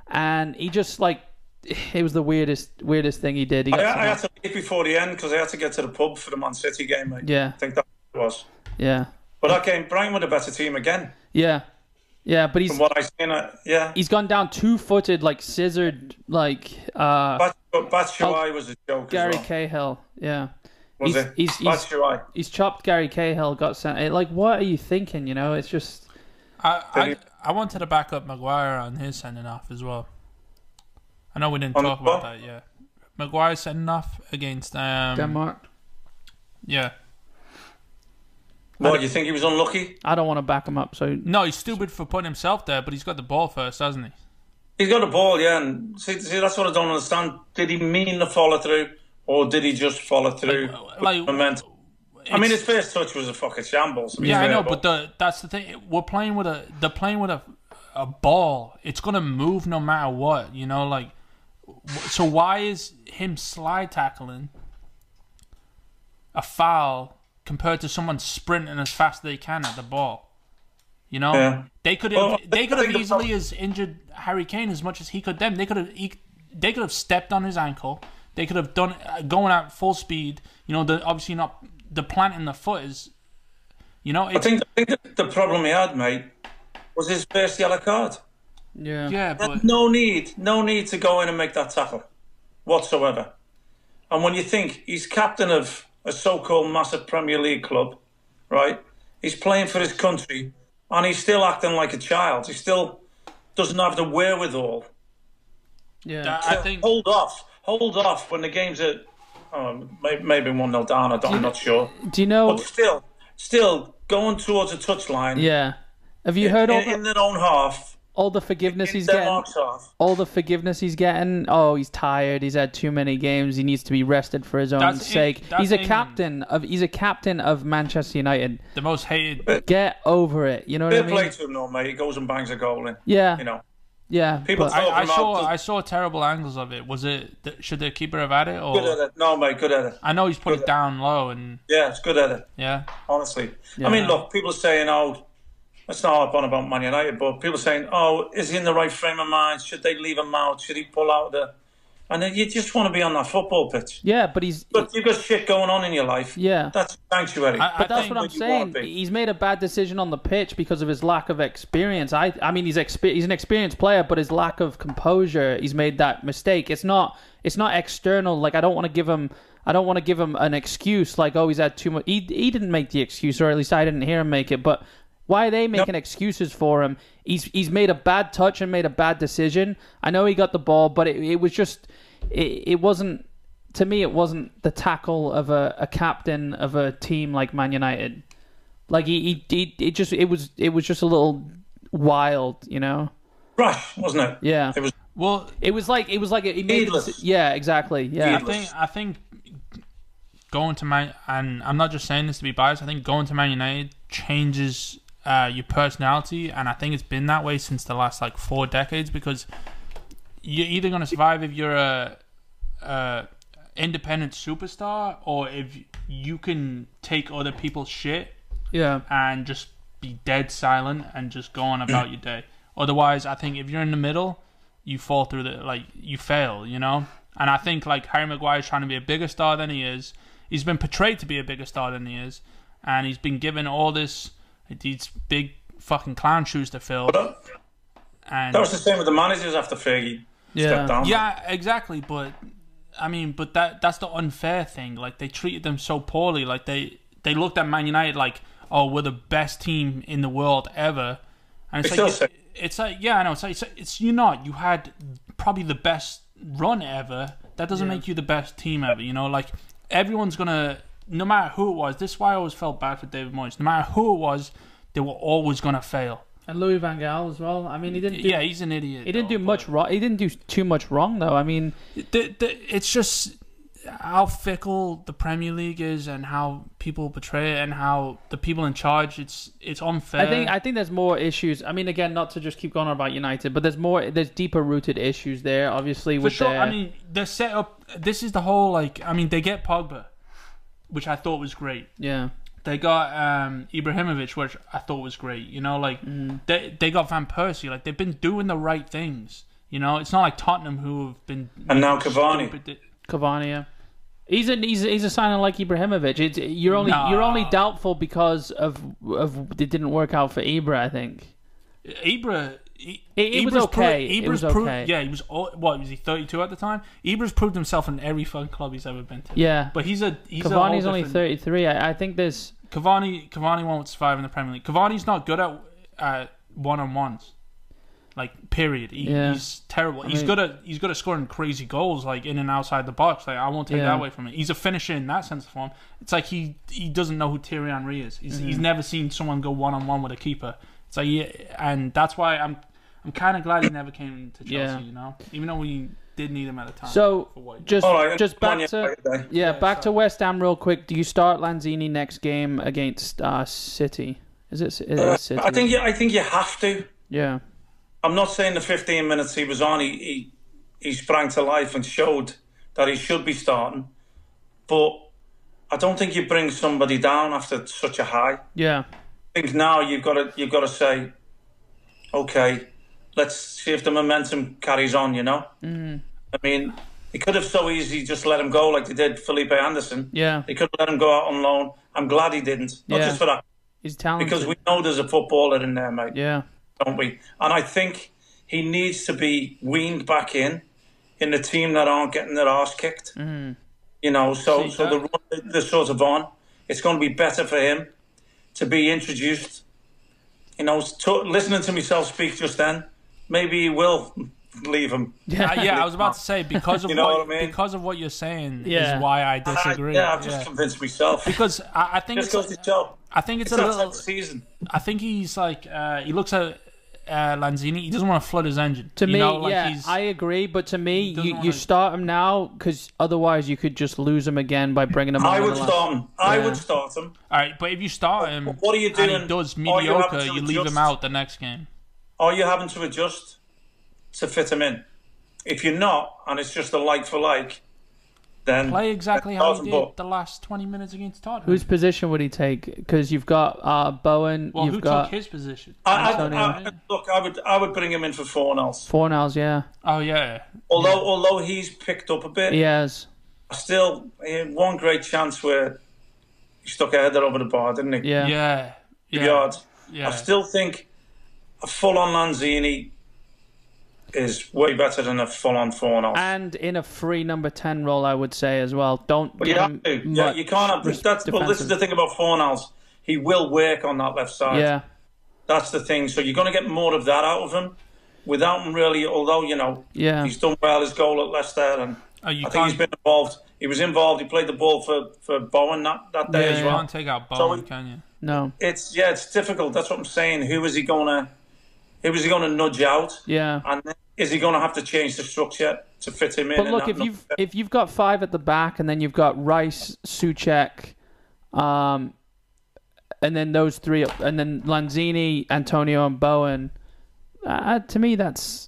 A: and he just like it was the weirdest weirdest thing he did. He got
C: I, I had
A: sent off.
C: to leave before the end because I had to get to the pub for the Man City game. Mate.
A: Yeah.
C: I think that was.
A: yeah,
C: But that game, Brighton were the better team again.
A: yeah, Yeah, but
C: From
A: he's
C: what I've seen, uh, yeah.
A: he's gone down two footed, like scissored, like uh,
C: Bat- but Batshuayi was a joke
A: Gary
C: as well.
A: Cahill. Yeah,
C: was
A: he's,
C: it?
A: he's he's
C: Batshuayi.
A: he's chopped Gary Cahill, got sent. it- Like, what are you thinking? You know, it's just
B: I, I,
C: Did
B: I wanted to back up Maguire on his sending off as well. I know we didn't
C: On
B: talk
C: what?
B: about that yet. Maguire sending off against um,
A: Denmark.
B: Yeah.
C: What, you think he was unlucky?
A: I don't want to back him up. So
B: No, he's stupid for putting himself there, but he's got the ball first, hasn't he?
C: He's got a ball, yeah. And see, see, that's what I don't understand. Did he mean to follow through, or did he just follow through? with
B: like-
C: momentum? I mean, his first
B: it's-
C: touch was a fucking shambles. to be
B: Yeah, I
C: fair,
B: know, but the, that's the thing. We're playing with a they're playing with a a ball. It's gonna move no matter what, you know. Like, w- so why is him slide tackling a foul compared to someone sprinting as fast as they can at the ball? You know,
C: Yeah.
B: they could
C: Well,
B: have they
C: I
B: could
C: think
B: have
C: the
B: easily
C: problem-
B: as injured Harry Kane as much as he could them. They could have he, they could have stepped on his ankle. They could have done uh, going at full speed. You know, the obviously not the plant in the foot is. You know,
C: I
B: it's,
C: think, I think the problem he had, mate, was his first yellow card.
A: yeah,
B: Yeah, but
C: No need, no need to go in and make that tackle, whatsoever. And when you think he's captain of a so-called massive Premier League club, right? He's playing for his country, and he's still acting like a child. He still doesn't have the wherewithal
A: yeah.
B: I I think
C: hold off, hold off when the game's at oh, may- maybe one 0 down. I don't, I'm not sure,
A: Do you know?
C: but still, still going towards a touchline
A: Yeah. Have you heard all
C: in, in
A: the,
C: their own half,
A: all the forgiveness
C: in
A: he's
C: their
A: getting?
C: marks half.
A: All the forgiveness he's getting. Oh, he's tired. He's had too many games. He needs to be rested for his own
B: That's Eng-
A: sake.
B: that's
A: he's a
B: England.
A: captain of. He's a captain of Manchester United.
B: the most hated.
A: Get over it. You know what
C: Fair
A: I mean?
C: play to him, though, mate. He goes and bangs a goal in.
A: yeah.
C: You know,
A: Yeah.
C: people
A: but-
B: I,
C: talk
B: I
C: about
B: saw
C: the-
B: I saw terrible angles of it. Was it th- should the keeper have had it
C: Good
B: or?
C: at it. No, mate, good at it.
B: I know he's put it down low and
C: Yeah, it's good at it,
B: yeah.
C: honestly. I mean, look, people are saying, oh, let's not harp on about Man United, but people are saying, oh, is he in the right frame of mind? Should they leave him out? Should he pull out the. And then you just want to be on that football pitch.
A: yeah, but he's.
C: But you've got shit going on in your life.
A: Yeah.
C: That's sanctuary.
B: I, I
A: But that's
B: think,
A: what I'm
C: you wanna
A: saying.
C: be.
A: He's made a bad decision on the pitch because of his lack of experience. I, I mean, he's exper- he's an experienced player, but his lack of composure, he's made that mistake. It's not, it's not external. Like I don't want to give him, I don't want to give him an excuse. Like oh, he's had too much. He, he didn't make the excuse, or at least I didn't hear him make it. But why are they making excuses for him? He's he's made a bad touch and made a bad decision. I know he got the ball, but it, it was just, it, it wasn't to me, it wasn't the tackle of a, a captain of a team like Man United. Like he, he, he, it just, it was, it was just a little wild, you know.
C: Rush, wasn't it?
A: Yeah,
C: It was
B: well,
A: it was like, it was like, it made,
C: Needless.
A: yeah, exactly, yeah,
B: I think I think going to Man and I'm not just saying this to be biased. I think going to Man United changes uh, your personality, and I think it's been that way since the last like four decades because you're either going to survive if you're a, a independent superstar or if you can take other people's shit
A: yeah,
B: and just be dead silent and just go on about your day. Otherwise, I think if you're in the middle, you fall through the like you fail, you know. And I think like Harry Maguire's trying to be a bigger star than he is. He's been portrayed to be a bigger star than he is, and he's been given all this these big fucking clown shoes to fill. And
C: that was the same with the managers after Fergie stepped
A: yeah,
C: down.
B: yeah, exactly. But I mean, but that that's the unfair thing. Like they treated them so poorly. Like they they looked at Man United like, oh, we're the best team in the world ever. And it's
C: They
B: like
C: still say-
B: it's like yeah, I know. It's like it's, it's you're not. You had probably the best run ever. That doesn't make you the best team ever. You know, like everyone's gonna. No matter who it was, this is why I always felt bad for David Moyes. No matter who it was, they were always gonna fail.
A: and Louis Van Gaal as well. I mean, he didn't, do,
B: Yeah, he's an idiot.
A: he didn't do
B: though,
A: much wrong. He didn't do too much wrong though. I mean,
B: the, the, it's just how fickle the Premier League is and how people betray it and how the people in charge it's it's unfair.
A: I think I think there's more issues. I mean, again, not to just keep going on about United, but there's more, there's deeper rooted issues there. Obviously,
B: for
A: with
B: sure.
A: their,
B: I mean, they're set up. This is the whole like. I mean, they get Pogba, which I thought was great.
A: yeah,
B: They got um, Ibrahimovic, which I thought was great. You know, like
A: Mm.
B: they they got Van Persie. Like they've been doing the right things. You know, it's not like Tottenham who have been
C: And now Cavani.
B: stupid-
A: Cavani. yeah. He's a he's, a- he's a signing like Ibrahimovic. It's, you're only
B: No.
A: you're only doubtful because of of it didn't work out for Ibra. I think
B: Ibra. He,
A: It- it was
B: Ibra's
A: okay.
B: Proved,
A: It
B: Ibra's
A: was
B: proved,
A: okay.
B: Yeah, he was. all- What was he? Thirty-two at the time. Ibra's proved himself in every fun club he's ever been to.
A: Yeah.
B: But he's a he's a whole
A: Cavani's only
B: different-
A: 33. I, I think there's.
B: Cavani Cavani won't survive in the Premier League. Cavani's not good at at one on ones. Like period, he,
A: Yeah.
B: he's terrible. he's
A: mean-
B: good at he's good at scoring crazy goals, like in and outside the box. Like I won't take
A: Yeah.
B: that away from it. He's a finisher in that sense of form. It's like he he doesn't know who Thierry Henry is. He's,
A: Mm-hmm.
B: he's never seen someone go one on one with a keeper. It's like yeah, and that's why I'm I'm kind of glad he never came to Chelsea.
A: Yeah.
B: You know, even though we did need him at the time.
A: So,
B: for what he-
A: just
C: All right,
A: just
C: come on,
A: back
C: yeah,
A: to.
C: okay.
A: Yeah, back to West Ham real quick. Do you start Lanzini next game against uh, City? Is it, it is City?
C: Uh, I think you, I think you have to.
A: Yeah.
C: I'm not saying the 15 minutes he was on, he, he he sprang to life and showed that he should be starting. But I don't think you bring somebody down after such a high.
A: Yeah.
C: I think now you've got to you've got to say, okay, let's see if the momentum carries on. You know, mm. I mean, they could have so easily just let him go like they did Felipe Anderson.
A: Yeah.
C: They could have let him go out on loan. I'm glad he didn't, not
A: Yeah.
C: just for that,
A: He's talented.
C: because we know there's a footballer in there, mate
A: Yeah.
C: don't we? And I think he needs to be weaned back in in the team that aren't getting their ass kicked.
B: Mm-hmm.
C: You know, so
B: See,
C: so the run the sort of on. It's going to be better for him to be introduced. You know, to, listening to myself speak just then, maybe he will leave him.
B: Uh, yeah, I was about to say because of
C: You know
B: what,
C: what I mean?
B: because of what you're saying
A: Yeah.
B: is why I
C: And I-
B: disagree.
C: yeah, I've just
B: Yeah.
C: convinced myself.
B: because I, I think
C: Just
B: it's,
C: goes to show.
B: I think it's,
C: It's
B: a
C: not
B: little.
C: like season.
B: I think he's like uh, he looks at uh, Lanzini. He doesn't want to flood his engine.
A: To
B: You
A: me,
B: know, like
A: yeah,
B: he's,
A: I agree. But to me,
B: doesn't
A: you, you
B: wanna-
A: start him now because otherwise you could just lose him again by bringing him. on
C: I
A: in the
C: would
A: last-
C: start him. I
A: Yeah.
C: would start him.
B: all right. But if you start him,
C: What are you
B: And
C: doing?
B: he does
C: All you have
B: mediocre.
C: to
B: You leave
C: adjust-
B: him out the next game.
C: Are you having to adjust to fit him in? If you're not, and it's just a like for like, then
B: Play exactly how he
C: Thousand
B: did
C: ball.
B: the last twenty minutes against Tottenham.
A: Whose position would he take? Because you've got uh, Bowen,
B: well,
A: you've
B: who
A: got
B: took his position?
C: I, I,
A: Antonio.
C: I, look, I would I would bring him in for Fornals.
A: Fornals. Yeah,
B: oh yeah,
C: Although although he's picked up a bit,
A: he has.
C: still he had one great chance where he stuck a header over the bar, didn't he?
A: Yeah,
B: yeah, yeah.
C: Yards.
B: yeah.
C: I still think a full on Lanzini is way better than a full on Fornals.
A: and in a free number ten role, I would say as well. Don't.
C: But
A: give
C: you
A: him
C: have to. Yeah,
A: much
C: you can't have.
A: res-
C: That's, well, this is
A: defensive-
C: the thing about Fornals. He will work on that left side.
A: Yeah,
C: That's the thing. So you're going to get more of that out of him without him really, although, you know,
A: yeah,
C: he's done well his goal at Leicester and
B: Oh,
C: I
B: you
C: think
B: can't,
C: he's been involved. He was involved. He played the ball for, for Bowen that, that day
A: Yeah,
C: as
B: you
A: yeah.
C: well.
B: can't take out Bowen,
C: we-
B: can you?
A: no,
C: It's, yeah, it's difficult. That's what I'm saying. Who is he going to, who is he going to nudge out?
A: yeah.
C: And then is he going to have to change the structure to fit him in?
A: But
C: in
A: look,
C: that
A: if you've
C: number?
A: if you've got five at the back, and then you've got Rice, Suchek, um, and then those three, up- and then Lanzini, Antonio, and Bowen. Uh, to me, that's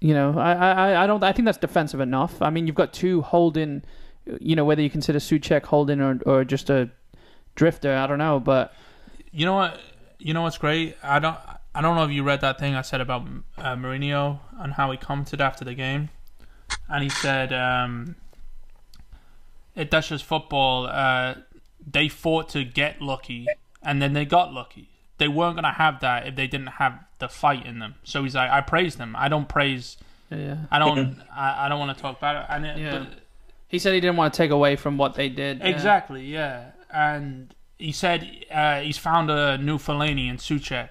A: you know, I, I I- I don't I think that's defensive enough. I mean, you've got two holding, you know, whether you consider Suchek holding or or just a drifter, I don't know, but
B: You know what? You know what's great? I don't. I don't know if you read that thing I said about uh, Mourinho and how he commented after the game, and he said, um, "It that's just football. Uh, they fought to get lucky, and then they got lucky. They weren't gonna have that if they didn't have the fight in them." So he's like, "I praise them. I don't praise.
A: yeah.
B: I don't. I, I don't want to talk about it." And it,
A: Yeah.
B: but
A: He said he didn't want to take away from what they did. yeah.
B: Exactly, yeah. And he said uh, he's found a new Fellaini in Suchek.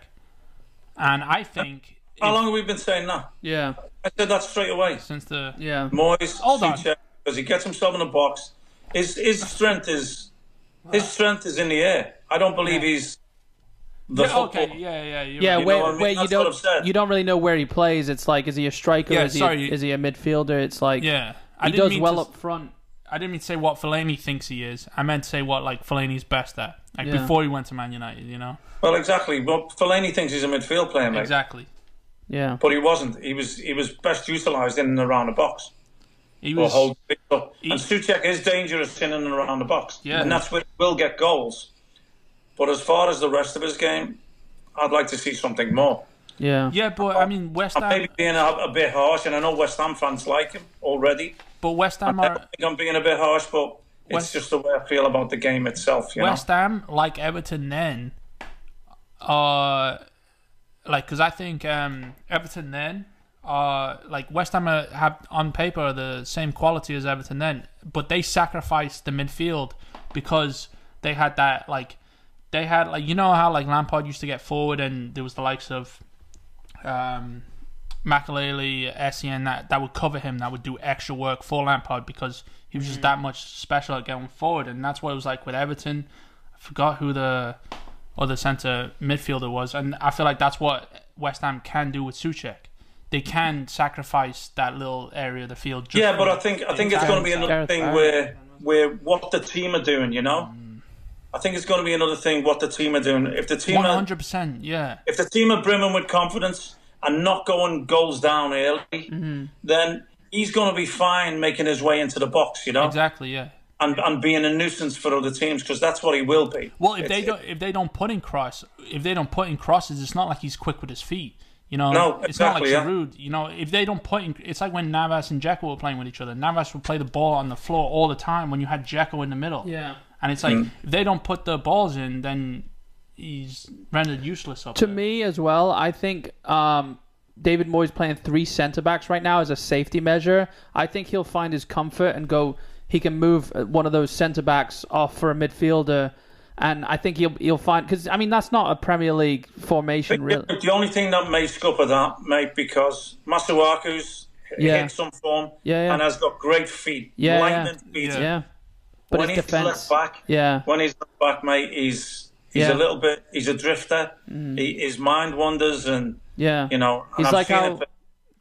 B: And I think
C: How
B: if-
C: long have we been saying that?
A: Yeah.
C: I said that straight away.
B: since the
A: Yeah.
C: Moyes,
B: Hold on.
C: because he gets himself in a box. His his strength is his strength is in the air. I don't believe he's the
B: yeah,
C: football.
B: okay, yeah, yeah, you're
A: Yeah,
B: right.
A: where,
C: what I mean?
A: where you
C: That's what I've
A: don't
C: said.
A: you don't really know where he plays. It's like, is he a striker?
B: Yeah,
A: is, he
B: sorry.
A: A, is he a midfielder? It's like
B: yeah. I
A: he
B: didn't
A: does
B: mean
A: well
B: to,
A: up front.
B: I didn't mean to say what Fellaini thinks he is. I meant to say what like Fellaini's best at, like
A: Yeah.
B: before he went to Man United. You know,
C: Well, exactly. Well, Fellaini thinks he's a midfield player, mate.
B: exactly.
A: Yeah,
C: But he wasn't. He was he was best utilised in and around the box.
B: He
C: Or
B: was
C: hold it up.
B: he-
C: And Suchek is dangerous in and around the box.
B: Yeah.
C: And that's where he will get goals. But as far as the rest of his game, I'd like to see something more.
A: yeah,
B: yeah, but I mean West
C: I'm
B: Ham,
C: maybe being a, a bit harsh, and I know West Ham fans like him already.
B: but West Ham
C: I
B: are
C: think I'm being a bit harsh, but it's
B: West-
C: just the way I feel about the game itself. You
B: West Ham, like Everton, then are like because I think um, Everton then are like West Ham are, have on paper are the same quality as Everton then, but they sacrificed the midfield because they had that like they had like you know how like Lampard used to get forward and there was the likes of um, Makaleli, Essien that that would cover him, that would do extra work for Lampard because he was just
C: Mm.
B: that much special at going forward, and that's what it was like with Everton. I forgot who the other centre midfielder was, and I feel like that's what West Ham can do with Suchek. They can sacrifice that little area of the field. Just
C: Yeah, but
B: for-
C: I think I think it's going to be another
A: Gareth
C: thing
A: Barry.
C: where where what the team are doing. You know,
B: Mm.
C: I think it's going to be another thing what the team are doing. If the team are
B: 100%. Yeah.
C: if the team are brimming with confidence and not going goals down early,
B: Mm-hmm.
C: then he's going to be fine making his way into the box. You know,
B: Exactly. Yeah.
C: and and being a nuisance for other teams because that's what he will be.
B: Well, if
C: It's-
B: they don't, if they don't put in cross, if they don't put in crosses, it's not like he's quick with his feet. You know,
C: No,
B: it's not like
C: exactly, yeah.
B: Giroud. You know, if they don't put in, it's like when Navas and Jekyll were playing with each other. Navas would play the ball on the floor all the time when you had Jekyll in the middle.
A: Yeah.
B: and it's
C: Mm.
B: like if they don't put the balls in, then he's rendered useless. Up
A: To
B: there.
A: me as well, I think um, David Moyes playing three centre backs right now as a safety measure. I think he'll find his comfort and go. He can move uh, one of those centre backs off for a midfielder, and I think he'll he'll find because I mean that's not a Premier League formation really.
C: The only thing that may scupper that, mate, because Masuaku's
A: Yeah.
C: in some form
A: Yeah, yeah.
C: and has got great feet,
A: Yeah,
C: lightning feet.
B: Yeah.
A: Yeah, but
C: when
A: his
C: he's
A: defense.
C: left back,
A: Yeah,
C: when he's left back, mate, he's he's
A: Yeah.
C: a little bit, he's a drifter. He, his mind wanders, and
A: yeah.
C: you know, and
A: He's
C: I've
A: like
C: seen
A: how-
C: it for,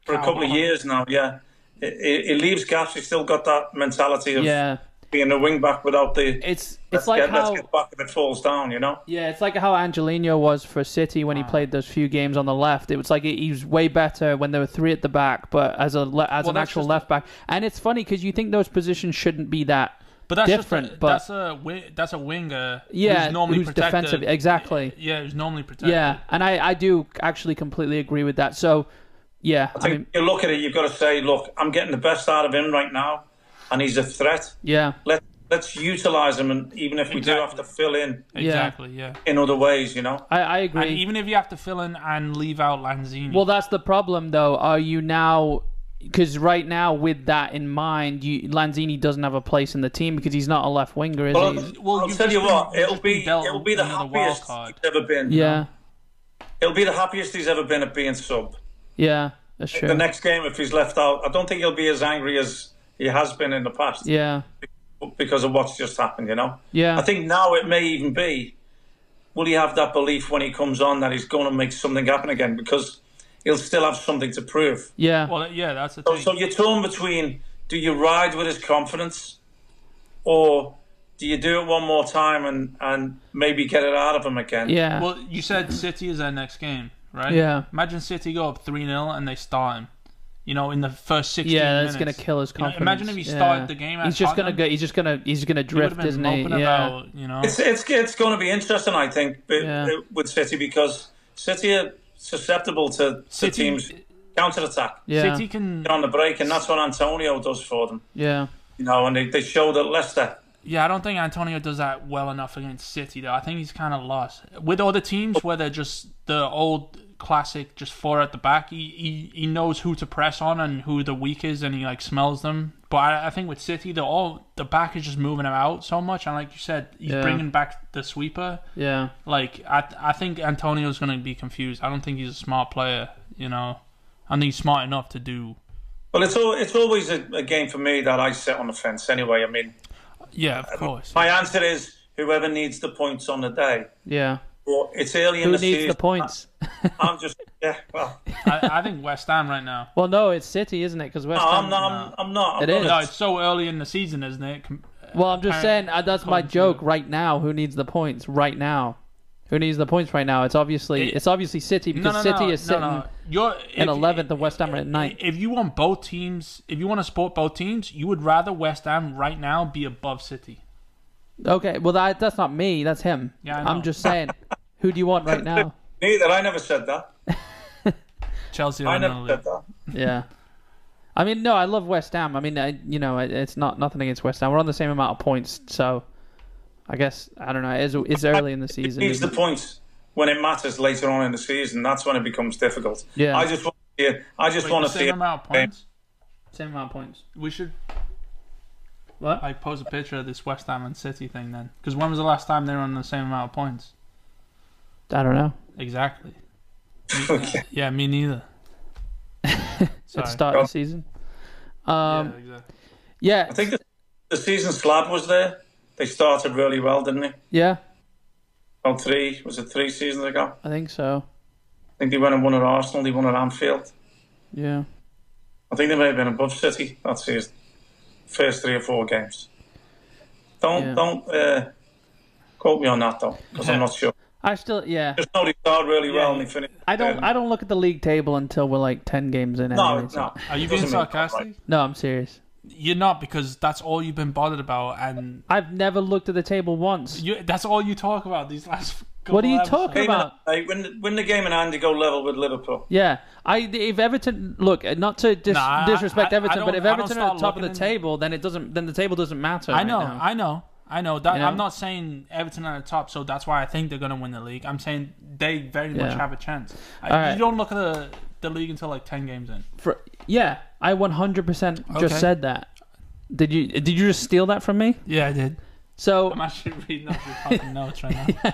C: for a
B: How-
C: couple of years now. Yeah, he, he- he leaves gaps. He's still got that mentality of
A: yeah.
C: being a wing back without the.
A: It's
C: let's
A: it's like
C: get,
A: how
C: let's get back if it falls down, you know.
A: Yeah, it's like how Angelino was for City when he played those few games on the left. It was like he he was way better when there were three at the back, but as a le- as
B: Well,
A: an
B: that's
A: actual
B: just-
A: left back. And it's funny because you think those positions shouldn't be that.
B: but that's
A: different,
B: Just a,
A: but-
B: that's a wi- that's a winger.
A: Yeah,
B: who's normally
A: who's
B: protected.
A: defensive, exactly.
B: Yeah, who's normally protected.
A: Yeah, and I I do actually completely agree with that. So, yeah, I,
C: I think
A: mean,
C: you look at it, you've got to say, look, I'm getting the best out of him right now, and he's a threat.
A: yeah,
C: Let let's utilize him, and even if we do have to fill in
B: exactly. Yeah.
C: in other ways, you know.
A: I I agree.
B: And even if you have to fill in and leave out Lanzini,
A: Well, that's the problem, though. Are you now? Because right now, with that in mind, you, Lanzini doesn't have a place in the team because he's not a left winger, is
C: Well,
A: he?
C: I'll,
B: well,
C: I'll
B: you've
C: tell you
B: just been-
C: what,
B: you've
C: it'll
B: just been
C: be
B: dealt
C: it'll be the
B: another wild
C: happiest
B: card.
C: he's ever been.
A: yeah,
C: it'll be the happiest he's ever been at being sub.
A: yeah, that's true.
C: The next game, if he's left out, I don't think he'll be as angry as he has been in the past
A: yeah,
C: because of what's just happened. You know,
A: yeah.
C: I think now it may even be, will he have that belief when he comes on that he's going to make something happen again because he'll still have something to prove.
A: yeah.
B: Well, yeah, that's the
C: So,
B: thing.
C: so you're torn between do you ride with his confidence or do you do it one more time and, and maybe get it out of him again?
A: yeah.
B: well, you said City is their next game, right?
A: Yeah.
B: Imagine City go up 3 0 and they start him, you know, in the first 16
A: Yeah,
B: minutes.
A: that's gonna kill his
B: You know,
A: confidence.
B: imagine if he
A: Yeah.
B: started the game at
A: He's just gonna
B: Tottenham.
A: go. He's just gonna. He's gonna
B: He would have
A: drift,
B: been
A: isn't he?
B: moping
A: Yeah.
B: about, you know.
C: It's, it's, it's going to be interesting, I think, b-
A: Yeah.
C: uh, with City because City are susceptible to, to
B: City-
C: teams' counter attack
A: Yeah.
B: City can.
C: on the break, and that's what Antonio does for them.
A: Yeah.
C: You know, and they, they showed at Leicester.
B: Yeah, I don't think Antonio does that well enough against City, though. I think he's kind of lost. With other teams where they're just the old classic, just four at the back, he, he, he knows who to press on and who the weak is, and he, like, smells them. But I, I think with City, they're all, the back is just moving him out so much. And like you said, he's
A: Yeah.
B: bringing back the sweeper.
A: Yeah.
B: Like, I, I think Antonio's going to be confused. I don't think he's a smart player, you know. I think he's smart enough to do.
C: Well, it's all, it's always a, a game for me that I sit on the fence anyway. I mean,
B: Yeah, of course.
C: my answer is whoever needs the points on the day.
A: Yeah.
C: But it's early in
A: Who
C: the
A: needs
C: season.
A: the points?
C: I'm just, yeah, well,
B: I, I think West Ham right now.
A: well, no, it's City, isn't it? Because West
C: No,
A: Ham.
C: I'm not. I'm, I'm not. I'm
A: It
C: not
A: is.
B: No, it's so early in the season, isn't it? Com-
A: well, I'm just saying
B: apparent-
A: uh, that's my
B: According to-
A: joke right now. Who needs the points right now? Who needs the points right now? It's obviously
B: It-
A: it's obviously City because City is sitting
B: You're
A: at
B: if-
A: 11th and West Ham are at ninth.
B: If you want both teams, if you want to support both teams, you would rather West Ham right now be above City.
A: Okay. Well, that that's not me. That's him.
B: Yeah, I know.
A: I'm just saying. Who do you want right now?
C: Neither. I never said that.
B: Chelsea
C: I
B: are in
C: never
B: the
C: said
B: league.
C: that.
A: Yeah. I mean, no, I love West Ham. I mean, I, you know, it- it's not nothing against West Ham. We're on the same amount of points, so I guess I don't know. It's, it's early in the season.
C: Needs the
A: isn't it?
C: points. when it matters later on in the season, that's when it becomes difficult.
A: Yeah.
C: I just want to see. I just
B: Wait,
C: want
B: the
C: to see.
B: same
C: it-
B: amount of points.
A: Same amount of points.
B: We should
A: What?
B: like post a picture of this West Ham and City thing then, because when was the last time they were on the same amount of points?
A: I don't know.
B: Exactly.
C: Okay.
B: Yeah, me neither. Sorry.
A: At the start of the season. Um,
B: yeah, exactly.
A: yeah.
C: I think the, the season slab was there. They started really well, didn't they?
A: yeah,
C: Well, three was it three seasons ago?
A: I think so.
C: I think they went and won at Arsenal. They won at Anfield.
A: Yeah.
C: I think they may have been above City that season. First three or four games. Don't
A: Yeah.
C: don't uh, quote me on that though, because I'm not sure.
A: I still yeah.
C: Just know they started really well and
B: Yeah.
C: they finished.
A: I don't
C: um,
A: I don't look at the league table until we're like 10 games in
C: No,
A: anyway, so-
C: no.
B: Are you
C: It
B: being
C: doesn't mean-
B: sarcastic?
A: No, I'm serious.
B: You're not because that's all you've been bothered about, and
A: I've never looked at the table once.
B: you, that's all you talk about these last.
A: What are you
B: couple
A: talking
C: Game
B: episodes.
C: in-
A: about?
C: hey, win, win the game in hand, you go level with Liverpool.
A: Yeah, I if Everton look not to dis-
B: Nah, I-
A: disrespect
B: I- I
A: Everton, but
B: don't-
A: if
B: I don't
A: Everton are at
B: start
A: the top of the
B: looking in-
A: table, then it doesn't then the table doesn't matter.
B: I
A: right
B: know,
A: now.
B: I know, I know. That
A: You know?
B: I'm not saying Everton are at the top, so that's why I think they're gonna win the league. I'm saying they very much
A: Yeah.
B: have a chance. I,
A: All right.
B: You don't look at the the league until like ten games in.
A: For- yeah, I 100%
B: Okay.
A: just said that. Did you did you just steal that from me?
B: Yeah, I did.
A: So
B: I'm actually reading off your fucking notes right now.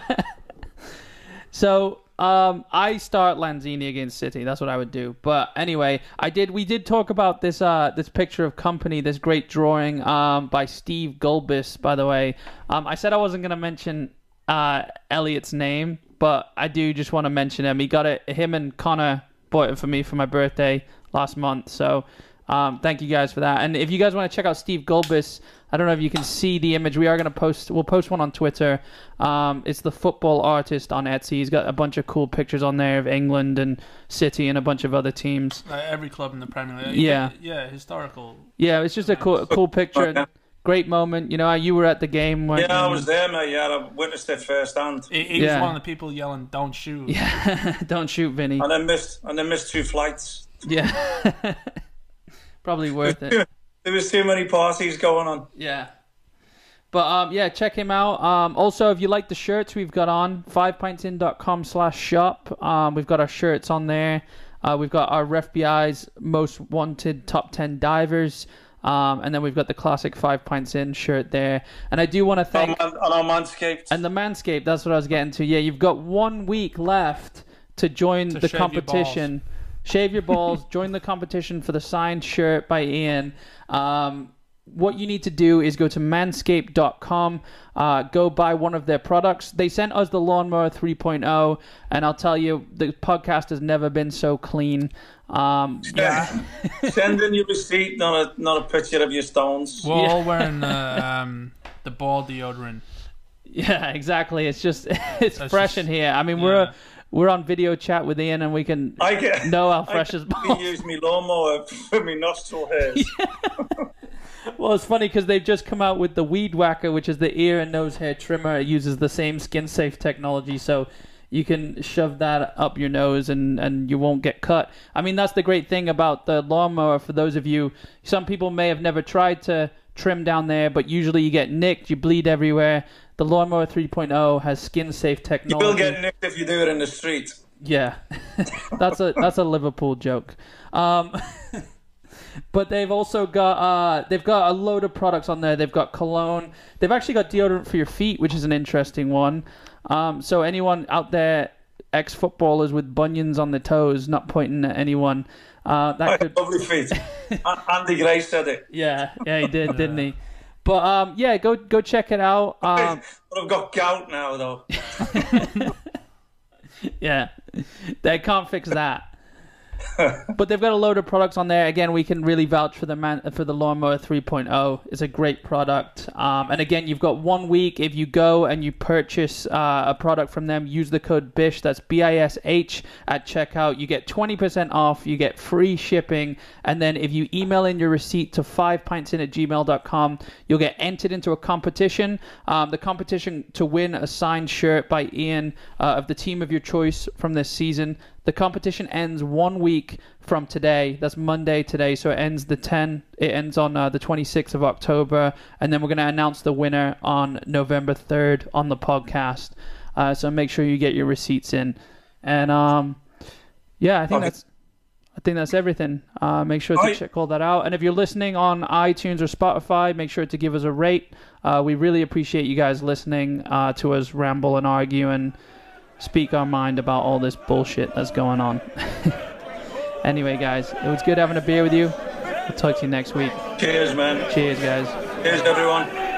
A: So um, I start Lanzini against City. That's what I would do. But anyway, I did. We did talk about this uh, this picture of company, this great drawing um, by Steve Gulbis. By the way, um, I said I wasn't going to mention uh, Elliot's name, but I do just want to mention him. He got it. Him and Connor bought it for me for my birthday last month. So. Um, thank you guys for that. And if you guys want to check out Steve Gulbis, I don't know if you can see the image. We are going to post. We'll post one on Twitter. Um, it's the football artist on Etsy. He's got a bunch of cool pictures on there of England and City and a bunch of other teams.
B: Like every club in the Premier League.
A: Yeah.
B: yeah, historical.
A: Yeah, it's just a cool, a cool picture. And great moment. You know, you were at the game when. um,
C: Yeah, I was there, mate. Yeah, I witnessed it firsthand,
B: He, he
A: Yeah.
B: was one of the people yelling, "Don't shoot."
A: don't shoot, Vinny.
C: and then missed and then missed two flights.
A: Yeah. Probably worth it.
C: There was too many parties going on.
A: Yeah. But um, yeah, check him out. Um, also, if you like the shirts we've got on, fivepintsin.com slash shop. Um, we've got our shirts on there. Uh, we've got our RefBI's most wanted top 10 divers. Um, and then we've got the classic Five Pints In shirt there. And I do want to thank...
C: On, on our Manscaped.
A: And the Manscaped, that's what I was getting to. Yeah, you've got one week left to join the
B: shave your
A: competition. shave your balls, join the competition for the signed shirt by Ian. Um, what you need to do is go to manscaped.com, uh, go buy one of their products. They sent us the Lawnmower 3.0, and I'll tell you, the podcast has never been so clean. Um,
C: Yeah. Send in your receipt, not a not a picture of your stones.
B: We're all wearing uh, um, the ball deodorant.
A: Yeah, exactly. It's just it's
B: That's
A: fresh in
B: just-
A: here. I mean,
B: yeah.
A: we're we're on video chat with Ian, and we can
C: I get
A: know how
C: I
A: fresh his
C: could
A: balls.
C: Use me lawnmower for me nostril hairs.
A: Well, it's funny because they've just come out with the Weed Whacker, which is the ear and nose hair trimmer. It uses the same skin safe technology, so you can shove that up your nose and, and you won't get cut. I mean, that's the great thing about the lawnmower for those of you. Some people may have never tried to trim down there, but usually you get nicked, you bleed everywhere. The Lawnmower 3.0 has skin safe
C: You
A: technology.
C: will get nicked if you do it in the street.
A: Yeah, that's a that's a Liverpool joke. Um, but they've also got uh, they've got a load of products on there. They've got cologne. They've actually got deodorant for your feet, which is an interesting one. Um, so anyone out there, ex footballers with bunions on the toes, not pointing at anyone, uh, that could
C: Lovely feet. A- Andy Gray said it.
A: yeah yeah he did didn't he? But um, yeah, go go check it out. Um,
C: But I've got gout now though.
A: yeah, they can't fix that. but they've got a load of products on there. Again, we can really vouch for the man for the lawnmower 3.0. It's a great product. Um, and again, you've got one week if you go and you purchase uh, a product from them. Use the code Bish. That's B I S H at checkout. You get 20% off. You get free shipping. And then if you email in your receipt to five pints in at gmail.com, you'll get entered into a competition. Um, the competition to win a signed shirt by Ian uh, of the team of your choice from this season. The competition ends one week from today. That's Monday today, so it ends the 10. It ends on uh, the 26th of October, and then we're going to announce the winner on November 3rd on the podcast. Uh, so make sure you get your receipts in. And um, yeah, I think
C: Okay.
A: that's I think that's everything. Uh, make sure to
C: Alright.
A: check all that out. And if you're listening on iTunes or Spotify, make sure to give us a rate. Uh, we really appreciate you guys listening uh, to us ramble and argue and speak our mind about all this bullshit that's going on. anyway, guys, it was good having a beer with you. We'll talk to you next week.
C: Cheers, man.
A: Cheers, guys.
C: Cheers, everyone.